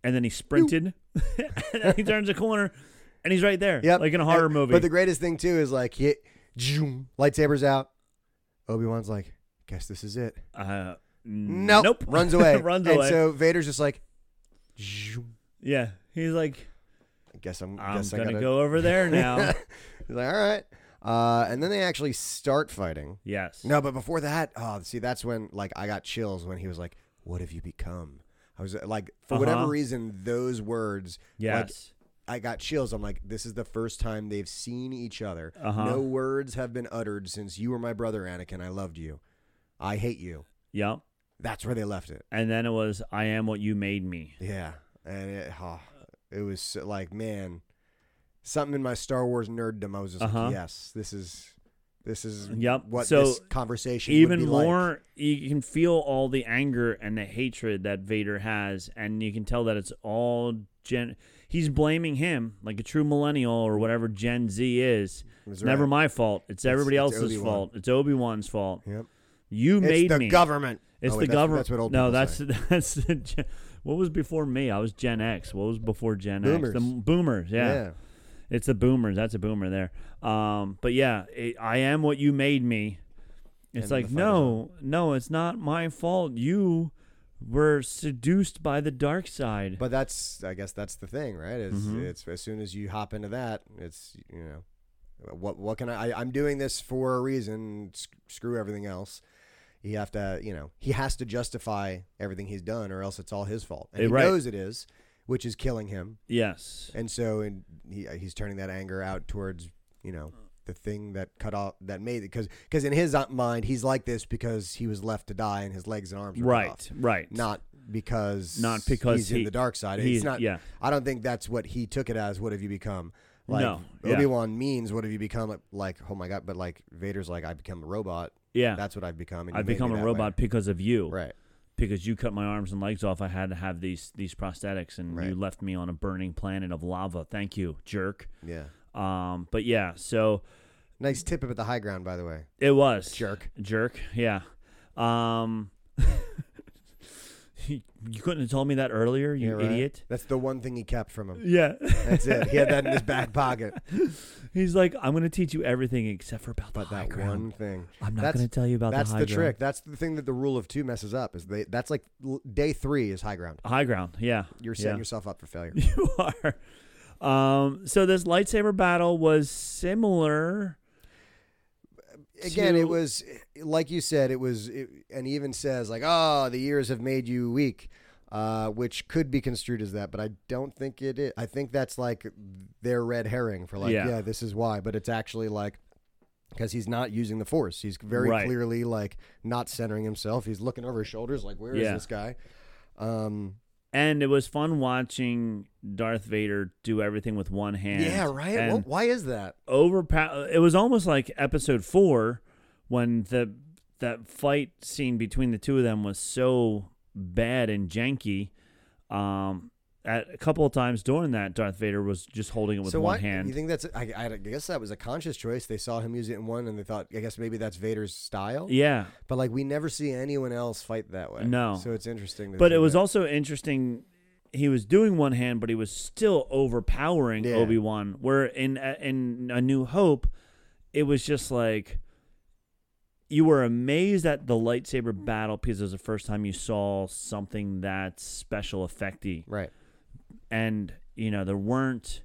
A: and then he sprinted and then he turns a corner and he's right there
B: Yep,
A: like in a horror
B: And-
A: movie
B: But the greatest thing too is like he, zoom, lightsabers out. Obi Wan's like, "Guess this is it."
A: uh,
B: Nope,
A: nope
B: runs away.
A: runs
B: and
A: away
B: So Vader's just like, zoom,
A: yeah he's like
B: I guess I'm.
A: i'm
B: guess I
A: gonna
B: gotta-
A: go over there now
B: He's like, "All right," uh, and then they actually start fighting.
A: yes
B: No, but before that, oh, see, that's when like I got chills when he was like, "What have you become?" I was uh, like, for whatever
A: Uh-huh.
B: reason, those words, like,
A: yes
B: I got chills. I'm like, this is the first time they've seen each other.
A: Uh-huh.
B: No words have been uttered since you were my brother, Anakin. I loved you. I hate you.
A: Yep.
B: That's where they left it.
A: And then it was I am what you made me.
B: Yeah, and it, oh, it was so- like, man, something in my Star Wars nerddom. I was just
A: Uh-huh.
B: like, yes, this is, this is
A: Yep.
B: what
A: So,
B: this conversation would
A: Even
B: be like.
A: more you can feel all the anger and the hatred that Vader has and you can tell that it's all gen he's blaming him like a true millennial or whatever Gen Z is. It's
B: That's
A: never
B: right.
A: my fault. It's everybody
B: it's
A: else's
B: Obi-Wan.
A: fault. It's Obi-Wan's fault.
B: Yep.
A: You
B: It's
A: made
B: the
A: me.
B: government.
A: It's
B: Oh,
A: the
B: wait, that's-
A: government.
B: That's what old
A: no,
B: people
A: that's
B: say.
A: that's the gen- what was before me. I was Gen X. What was before Gen
B: Boomers.
A: X? The boomers. yeah. It's the boomers. That's a boomer there. Um, but yeah, it, I am what you made me. It's
B: And
A: like
B: the fight is
A: no, no, it's not my fault. You were seduced by the dark side.
B: But that's, I guess, that's the thing, right? Is
A: Mm-hmm.
B: it's as soon as you hop into that, it's you know, what what can I? I I'm doing this for a reason. S- screw everything else. You have to, you know, he has to justify everything he's done, or else it's all his fault. And
A: Eh,
B: he
A: right.
B: knows it is, which is killing him.
A: yes,
B: And so, and he uh, he's turning that anger out towards you know the thing that cut off that made it because because in his uh, mind he's like this because he was left to die and his legs and arms were cut
A: right,
B: off
A: right.
B: not because
A: Not because
B: he's
A: he-
B: in the dark side.
A: he-
B: He's not.
A: yeah.
B: I don't think that's what he took it as. What have you become? Like
A: No, yeah.
B: Obi Wan means what have you become? Like, like oh my god! But like Vader's like I become a robot.
A: yeah.
B: That's what I've become. And you
A: I've
B: made
A: become
B: me
A: a
B: that
A: robot because of you.
B: way. Right.
A: Because you cut my arms and legs off, I had to have these these prosthetics, and you
B: Right.
A: left me on a burning planet of lava. Thank you, jerk.
B: Yeah.
A: Um, but yeah, so
B: Nice tip about the high ground, by the way.
A: It was
B: Jerk.
A: jerk. Yeah. Um, you couldn't have told me that earlier, you
B: Yeah, right?
A: idiot.
B: That's the one thing he kept from him.
A: Yeah.
B: That's it. He had that in his back pocket.
A: He's like, I'm gonna teach you everything except for about the
B: But
A: high
B: that
A: ground.
B: one thing.
A: I'm not
B: That's-
A: gonna tell you about
B: That's
A: the
B: the,
A: high ground.
B: trick. That's the thing that the rule of two messes up. Is they? That's like l- day three is high ground.
A: High ground. Yeah.
B: You're setting
A: yeah.
B: yourself up for failure.
A: You are. Um, so this lightsaber battle was similar.
B: again
A: to-
B: it was like you said it was it, and he even says like oh the years have made you weak uh, which could be construed as that, but I don't think it is. I think that's like their red herring for like, yeah,
A: Yeah.
B: this is why, but it's actually like because he's not using the force. He's very
A: Right.
B: clearly like not centering himself. He's looking over his shoulders, like, where is
A: Yeah.
B: this guy? Um,
A: And it was fun watching Darth Vader do everything with one hand.
B: yeah, right.
A: And
B: Well, why is that?
A: overpower. It was almost like Episode Four when the that fight scene between the two of them was so bad and janky. Um, at a couple of times during that, Darth Vader was just holding it with one
B: why,
A: hand.
B: You think that's? I, I guess that was a conscious choice. They saw him use it in one, and they thought, I guess maybe that's Vader's style.
A: yeah,
B: But like, we never see anyone else fight that way.
A: No.
B: So it's interesting. To
A: But
B: see
A: it was
B: that.
A: also interesting. He was doing one hand, but he was still overpowering
B: Yeah.
A: Obi Wan. Where in uh, in A New Hope, it was just like you were amazed at the lightsaber battle because it was the first time you saw something that special effecty,
B: right.
A: and you know there weren't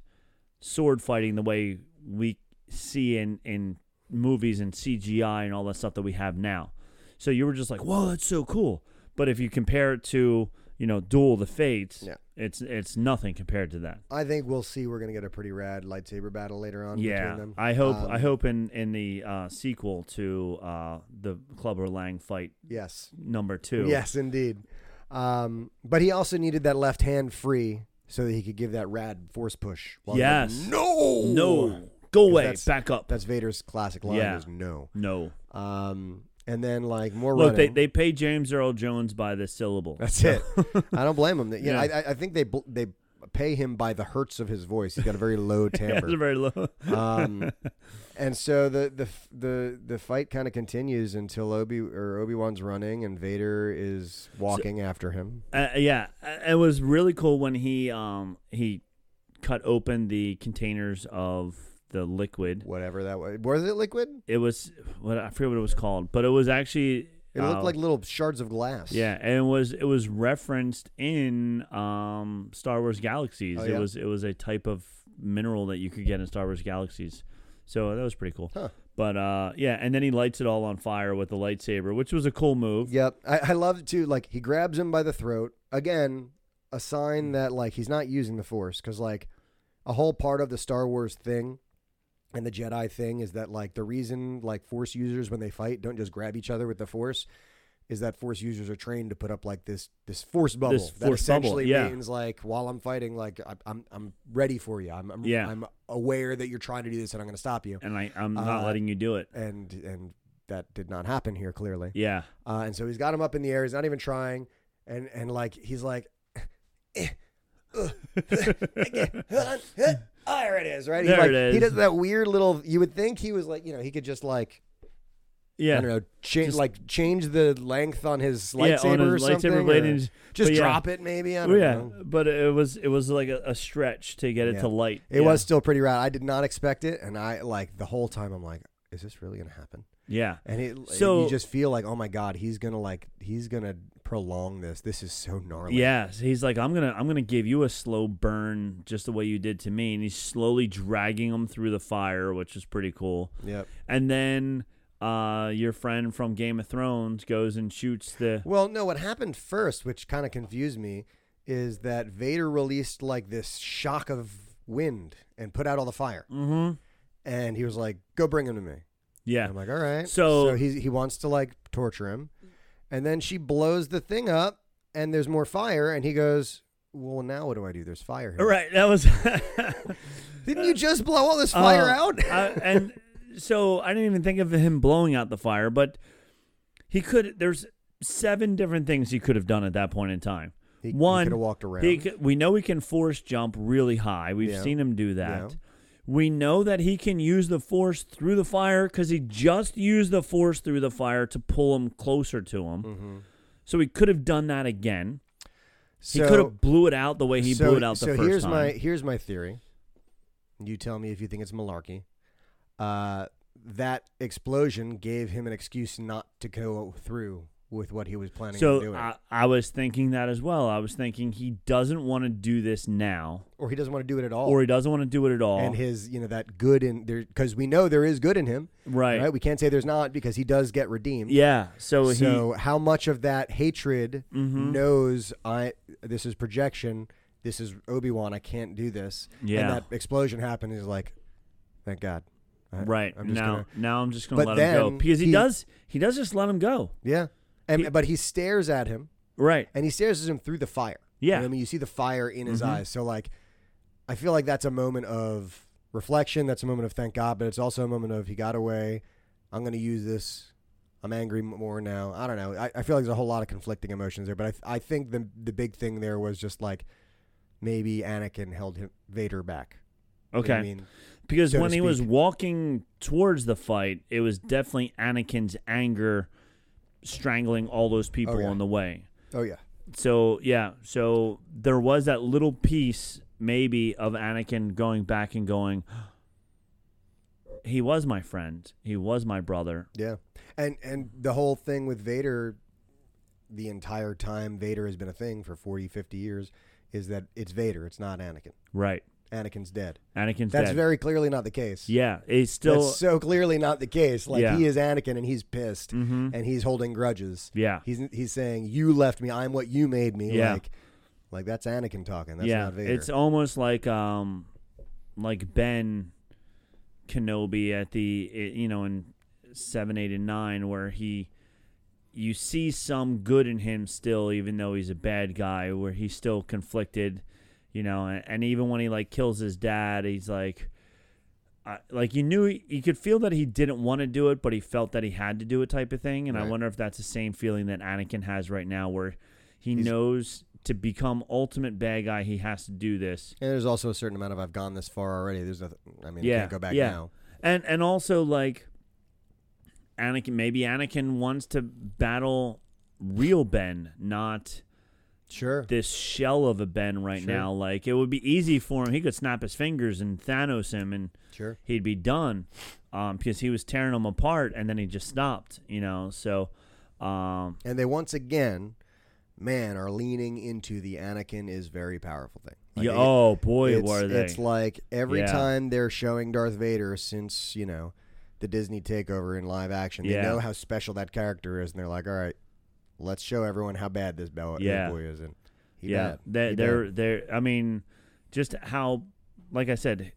A: sword fighting the way we see in in movies and CGI and all that stuff that we have now. So you were just like, "Whoa, that's so cool!" But if you compare it to you know Duel of the Fates,
B: Yeah.
A: it's it's nothing compared to that.
B: I think we'll see. We're gonna get a pretty rad lightsaber battle later on. Between
A: yeah,
B: them.
A: I hope
B: Um,
A: I hope in in the uh, sequel to uh, the Clubber Lang fight
B: Yes.
A: number two.
B: Yes, indeed. Um, but he also needed that left hand free so that he could give that rad force push. while he went,
A: Yes.
B: no.
A: no, go away,
B: that's-
A: back up.
B: That's Vader's classic line.
A: Yeah.
B: Is no.
A: No,
B: Um, and then like more
A: look, they
B: running.
A: they pay James Earl Jones by the syllable.
B: That's it. I don't blame him. You know,
A: Yeah.
B: I- I, I think they bl- they pay him by the hertz of his voice. He's got a very low
A: Yeah, it's
B: timbre.
A: a very low.
B: um, and so the the f- the the fight kind of continues until Obi or Obi Wan's running and Vader is walking after him.
A: uh, yeah, uh, it was really cool when he um he cut open the containers of the liquid.
B: Whatever that was. Was it liquid?
A: It was what I forget what it was called, but it was actually
B: It looked
A: uh,
B: like little shards of glass.
A: yeah, and it was it was referenced in um Star Wars Galaxies.
B: Oh,
A: It
B: yeah?
A: was it was a type of mineral that you could get in Star Wars Galaxies. So that was pretty cool.
B: Huh.
A: But uh yeah, and then he lights it all on fire with the lightsaber, which was a cool move.
B: Yep. I, I love it too. Like he grabs him by the throat again, a
A: Mm.
B: sign that like he's not using the force because like a whole part of the Star Wars thing and the Jedi thing is that like the reason like force users when they fight don't just grab each other with the force is that force users are trained to put up like this this force bubble
A: This
B: that
A: force bubble,
B: essentially
A: yeah.
B: means like while I'm fighting like I, I'm I'm ready for you I'm I'm,
A: Yeah.
B: I'm aware that you're trying to do this and I'm going to stop you
A: And I I'm not
B: Uh,
A: letting you do it.
B: and and that did not happen here clearly
A: Yeah.
B: uh, and so he's got him up in the air. He's not even trying. And and like he's like, eh, uh, eh, hold on, eh, ah, there it is, right? He's
A: There
B: like-
A: it is.
B: He does that weird little. You would think he was like, you know, he could just like I
A: Yeah.
B: don't know, change
A: Just-
B: like change the length on his
A: Yeah,
B: lightsaber
A: on
B: or
A: his lightsaber
B: something,
A: blade
B: or
A: and just-
B: just
A: but yeah.
B: drop it maybe. I
A: Well, Oh,
B: don't
A: yeah,
B: know.
A: but it was it was like a, a stretch to get it
B: Yeah.
A: to light.
B: It
A: yeah.
B: was still pretty rad. I did not expect it, and I like the whole time I'm like, is this really gonna happen?
A: yeah,
B: And it,
A: So-
B: you just feel like, oh my god, he's gonna like, he's gonna prolong this. This is so gnarly.
A: yeah. So he's like, I'm gonna I'm gonna give you a slow burn just the way you did to me, and he's slowly dragging him through the fire, which is pretty cool.
B: Yep.
A: And then uh, your friend from Game of Thrones goes and shoots the
B: Well, no, what happened first, which kind of confused me, is that Vader released like this shock of wind and put out all the fire.
A: mm-hmm.
B: And he was like, go bring him to me.
A: yeah.
B: I'm like, all right.
A: So-
B: he, he wants to like torture him. And then she blows the thing up and there's more fire. And he goes, well, now what do I do? There's fire here.
A: All right, that was
B: Didn't you just blow all this fire
A: Uh,
B: out?
A: I- and so I didn't even think of him blowing out the fire, but he could. There's seven different things he could have done at that point in time.
B: He- he
A: One,
B: could have walked around.
A: he could- we know he can force jump really high. We've
B: Yeah.
A: seen him do that.
B: Yeah.
A: We know that he can use the force through the fire because he just used the force through the fire to pull him closer to him.
B: Mm-hmm.
A: So he could have done that again.
B: so,
A: he could have blew it out the way he blew it out the
B: so
A: first
B: here's
A: time.
B: my here's my theory. You tell me if you think it's malarkey. Uh, that explosion gave him an excuse not to go through with what he was planning on
A: So uh,
B: doing,
A: I, I was thinking that as well. I was thinking he doesn't want to do this now,
B: or he doesn't want to do it at all.
A: or he doesn't want to do it at all.
B: Oh. and his, you know, that good in there, because we know there is good in him,
A: right.
B: We can't say there's not because he does get redeemed.
A: Yeah. So, Mm-hmm.
B: So how much of that hatred knows I this is projection, this is Obi Wan, I can't do this.
A: Yeah.
B: And that explosion happened is like, thank God. I-
A: he right
B: I'm just
A: now,
B: gonna-
A: now I'm just gonna
B: But
A: let him go
B: then
A: because he,
B: he-
A: does. He does just let him go.
B: yeah. And
A: He-
B: but he stares at him
A: Right.
B: and he stares at him through the fire. You
A: Yeah.
B: know what I mean, you see the fire in his
A: Mhm.
B: eyes. So like, I feel like that's a moment of reflection. That's a moment of thank God, but it's also a moment of he got away. I'm going to use this. I'm angry m- more now. I don't know. I, I feel like there's a whole lot of conflicting emotions there, but I th- I think the the big thing there was just like maybe Anakin held him, Vader back. You know what
A: Okay.
B: I mean,
A: because
B: so to
A: when he was
B: speak.
A: walking towards the fight, it was definitely Anakin's anger strangling all those people
B: yeah.
A: on the way.
B: oh yeah.
A: So yeah, so there was that little piece maybe of Anakin going back and going he was my friend. He was my brother.
B: Yeah, and and the whole thing with Vader, the entire time Vader has been a thing for 40, 50 years, is that it's Vader. It's not Anakin.
A: Right.
B: Anakin's dead.
A: Anakin's
B: That's
A: dead.
B: very clearly not the case.
A: yeah, it's still
B: That's so clearly not the case. Like
A: Yeah.
B: he is Anakin and he's pissed
A: Mhm.
B: and he's holding grudges.
A: Yeah.
B: He's he's saying you left me. I'm what you made me.
A: Yeah.
B: Like, like that's Anakin talking. That's
A: yeah,
B: not Vader.
A: it's almost like um like Ben Kenobi at the i- you know in 7 8 and 9 where he you see some good in him still even though he's a bad guy where he's still conflicted you know and, and even when he like kills his dad he's like I, like you knew he, you could feel that he didn't want to do it but he felt that he had to do it type of thing and I
B: Right.
A: wonder if that's the same feeling that Anakin has right now where he
B: He's-
A: knows to become ultimate bad guy he has to do this
B: and there's also a certain amount of I've gone this far already. There's nothing. I mean, I
A: Yeah,
B: can't go back
A: yeah.
B: now.
A: and and also like Anakin maybe Anakin wants to battle real Ben not
B: Sure.
A: this shell of a Ben right
B: Sure.
A: now like it would be easy for him he could snap his fingers and Thanos him and
B: sure.
A: he'd be done um because he was tearing him apart and then he just stopped you know so um
B: And they once again, man, are leaning into the Anakin is very powerful thing. Like,
A: yeah,
B: it-
A: oh boy
B: it's,
A: were they
B: it's like every
A: Yeah.
B: time they're showing Darth Vader since you know the Disney takeover in live action, they
A: Yeah.
B: know how special that character is, and they're like, all right, let's show everyone how bad this bell
A: Yeah.
B: boy is, and he
A: yeah,
B: bad.
A: they,
B: He
A: they're
B: bad.
A: they're. I mean, just how, like I said,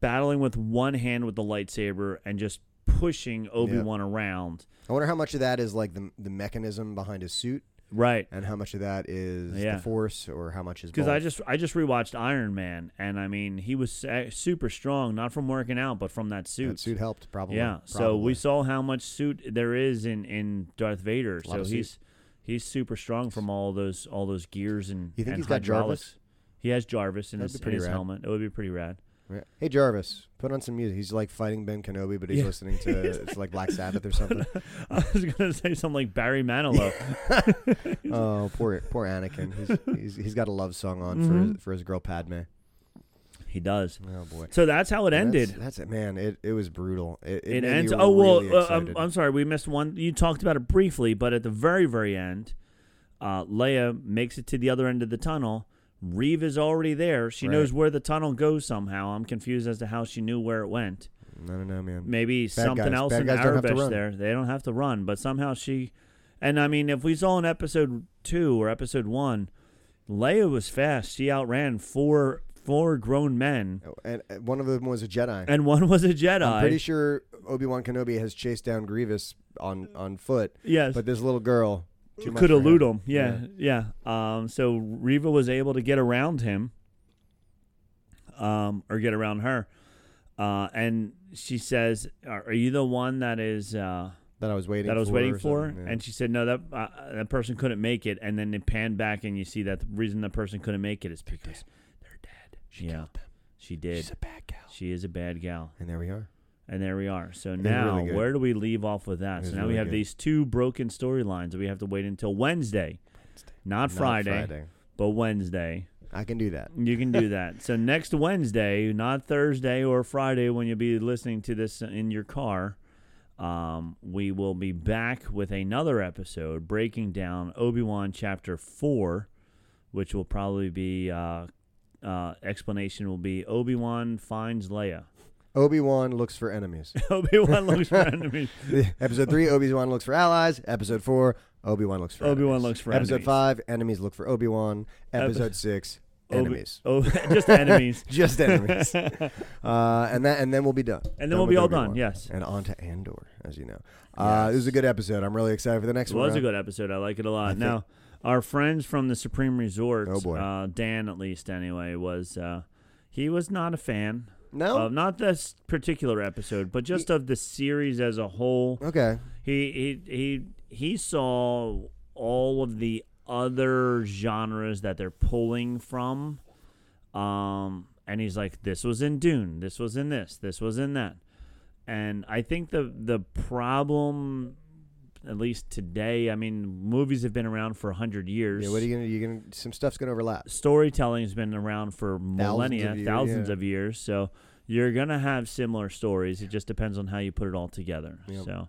A: battling with one hand with the lightsaber and just pushing Obi Wan around.
B: I wonder how much of that is like the the mechanism behind his suit,
A: Right.
B: and how much of that is
A: Yeah.
B: the Force, or how much is
A: Because I
B: both.
A: just I just rewatched Iron Man, and I mean he was uh, super strong, not from working out, but from that suit.
B: that suit helped probably.
A: yeah. So
B: probably.
A: we saw how much suit there is in in Darth Vader.
B: a lot
A: So
B: of suit.
A: he's he's super strong from all those all those gears and.
B: You think
A: and
B: he's got
A: hydraulics.
B: Jarvis?
A: He has Jarvis in
B: That'd
A: his, in
B: be pretty
A: his
B: rad.
A: helmet. It would be pretty rad.
B: Yeah. Hey Jarvis, put on some music. He's like fighting Ben Kenobi, but he's
A: Yeah.
B: listening to it's like Black Sabbath or something.
A: I was gonna say something like Barry Manilow.
B: oh, poor poor Anakin. He's, he's, he's got a love song on for his, for his girl Padme.
A: he does.
B: Oh boy,
A: So Mm-hmm. that's how it ended.
B: That's, that's it, man. It it was brutal. It, it,
A: it
B: made
A: ends.
B: Me
A: Oh well,
B: really
A: uh, I'm,
B: excited.
A: I'm sorry, we missed one. You talked about it briefly, but at the very very end, uh, Leia makes it to the other end of the tunnel. Reeve is already there. She
B: Right.
A: knows where the tunnel goes somehow. I'm confused as to how she knew where it went.
B: I don't know, man.
A: Maybe something
B: guys-
A: else
B: bad
A: in
B: guys don't have to
A: Arabish
B: run.
A: there. They don't have to run, but somehow she. And I mean, if we saw in episode two or episode one, Leia was fast. She outran four four grown men,
B: Oh, And uh, one of them was a Jedi.
A: and one was a Jedi.
B: I'm pretty sure Obi Wan Kenobi has chased down Grievous on on foot,
A: yes,
B: but this little girl too much
A: could
B: for her.
A: elude him. Yeah, yeah. Um, so Reva was able to get around him, um, or get around her, uh, and she says, "Are are you the one that is?" Uh,
B: that I was waiting
A: that I was
B: for
A: waiting
B: or
A: for,
B: something, yeah.
A: and she said no. That uh, that person couldn't make it, and then they pan back, and you see that the reason that person couldn't make it is because they're dead. She yeah, killed them. she did. She's a bad gal. She is a bad gal,
B: and there we are.
A: and there we are. So
B: was really
A: now,
B: good.
A: where do we leave off with that?
B: was
A: So now we
B: really
A: have
B: good.
A: these two broken storylines that we have to wait until Wednesday, not
B: Not
A: Friday, but Wednesday.
B: I can do that.
A: You can do that. so next Wednesday, not Thursday or Friday when you'll be listening to this in your car, Um, we will be back with another episode breaking down Obi Wan Chapter 4, which will probably be uh, uh, explanation will be Obi Wan finds Leia.
B: Obi Wan looks for enemies.
A: Obi Wan looks for enemies.
B: Episode three, Obi Wan looks for allies. Episode four, Obi Wan looks for
A: Obi-Wan
B: enemies.
A: looks for
B: Episode
A: enemies.
B: five, enemies look for Obi Wan. Episode six,
A: Obi-
B: enemies.
A: Oh, just enemies.
B: Just enemies. uh, and that, and then we'll be done.
A: And then we'll be all
B: Obi-Wan.
A: done, yes.
B: And on to Andor, as you know. Uh, This was a good episode. I'm really excited for the next
A: It
B: one.
A: was a
B: Rob.
A: good episode. I like it a lot. Now, our friends from the Supreme Resort,
B: Oh, boy.
A: Uh, Dan at least anyway, was uh, he was not a fan.
B: No?
A: of not this particular episode, but just of the series as a whole.
B: Okay.
A: He he he he saw all of the other genres that they're pulling from, um, and he's like, "This was in Dune. This was in this. This was in that." And I think the the problem, at least today, I mean, movies have been around for hundred years.
B: Yeah, what are you gonna? You gonna? Some stuff's gonna overlap.
A: Storytelling has been around for millennia,
B: years,
A: thousands
B: yeah.
A: of years. So you're gonna have similar stories. It just depends on how you put it all together. So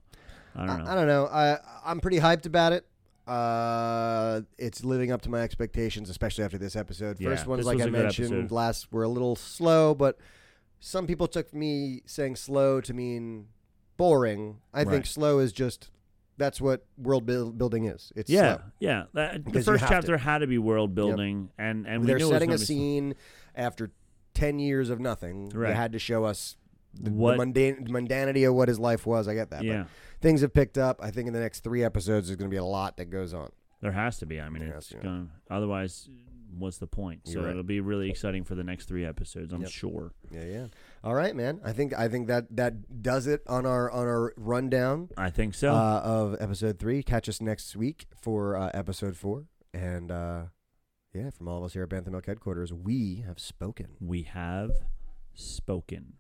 A: I don't know.
B: I, I don't know. I I'm pretty hyped about it. Uh, it's living up to my expectations, especially after this episode.
A: Yeah,
B: First ones,
A: this
B: like
A: was
B: I
A: a good
B: mentioned
A: episode.
B: last, were a little slow, but some people took me saying slow to mean boring. I think
A: Right.
B: slow is just that's what world buil- building is. It's
A: Yeah,
B: slow.
A: yeah. That, the
B: Because you
A: first
B: have to.
A: chapter had to be world building, and and we
B: They're
A: knew
B: setting
A: it
B: a
A: was gonna be-
B: scene after ten years of nothing. They
A: Right.
B: had to show us the, the
A: What-
B: mundane, mundanity of what his life was. I get that. but
A: Yeah.
B: things have picked up. I think in the next three episodes, there's going to be a lot that goes on.
A: There has to be. I mean,
B: There has
A: it's
B: to be.
A: going. to Otherwise, what's the point?
B: You're
A: So
B: right.
A: it'll be really exciting for the next three episodes. I'm sure.
B: Yeah, yeah. All right, man. I think I think that that does it on our on our rundown
A: I think so.
B: uh, of episode three. Catch us next week for uh, episode four. And uh, yeah, from all of us here at Bantha Milk headquarters, we have spoken.
A: we have spoken.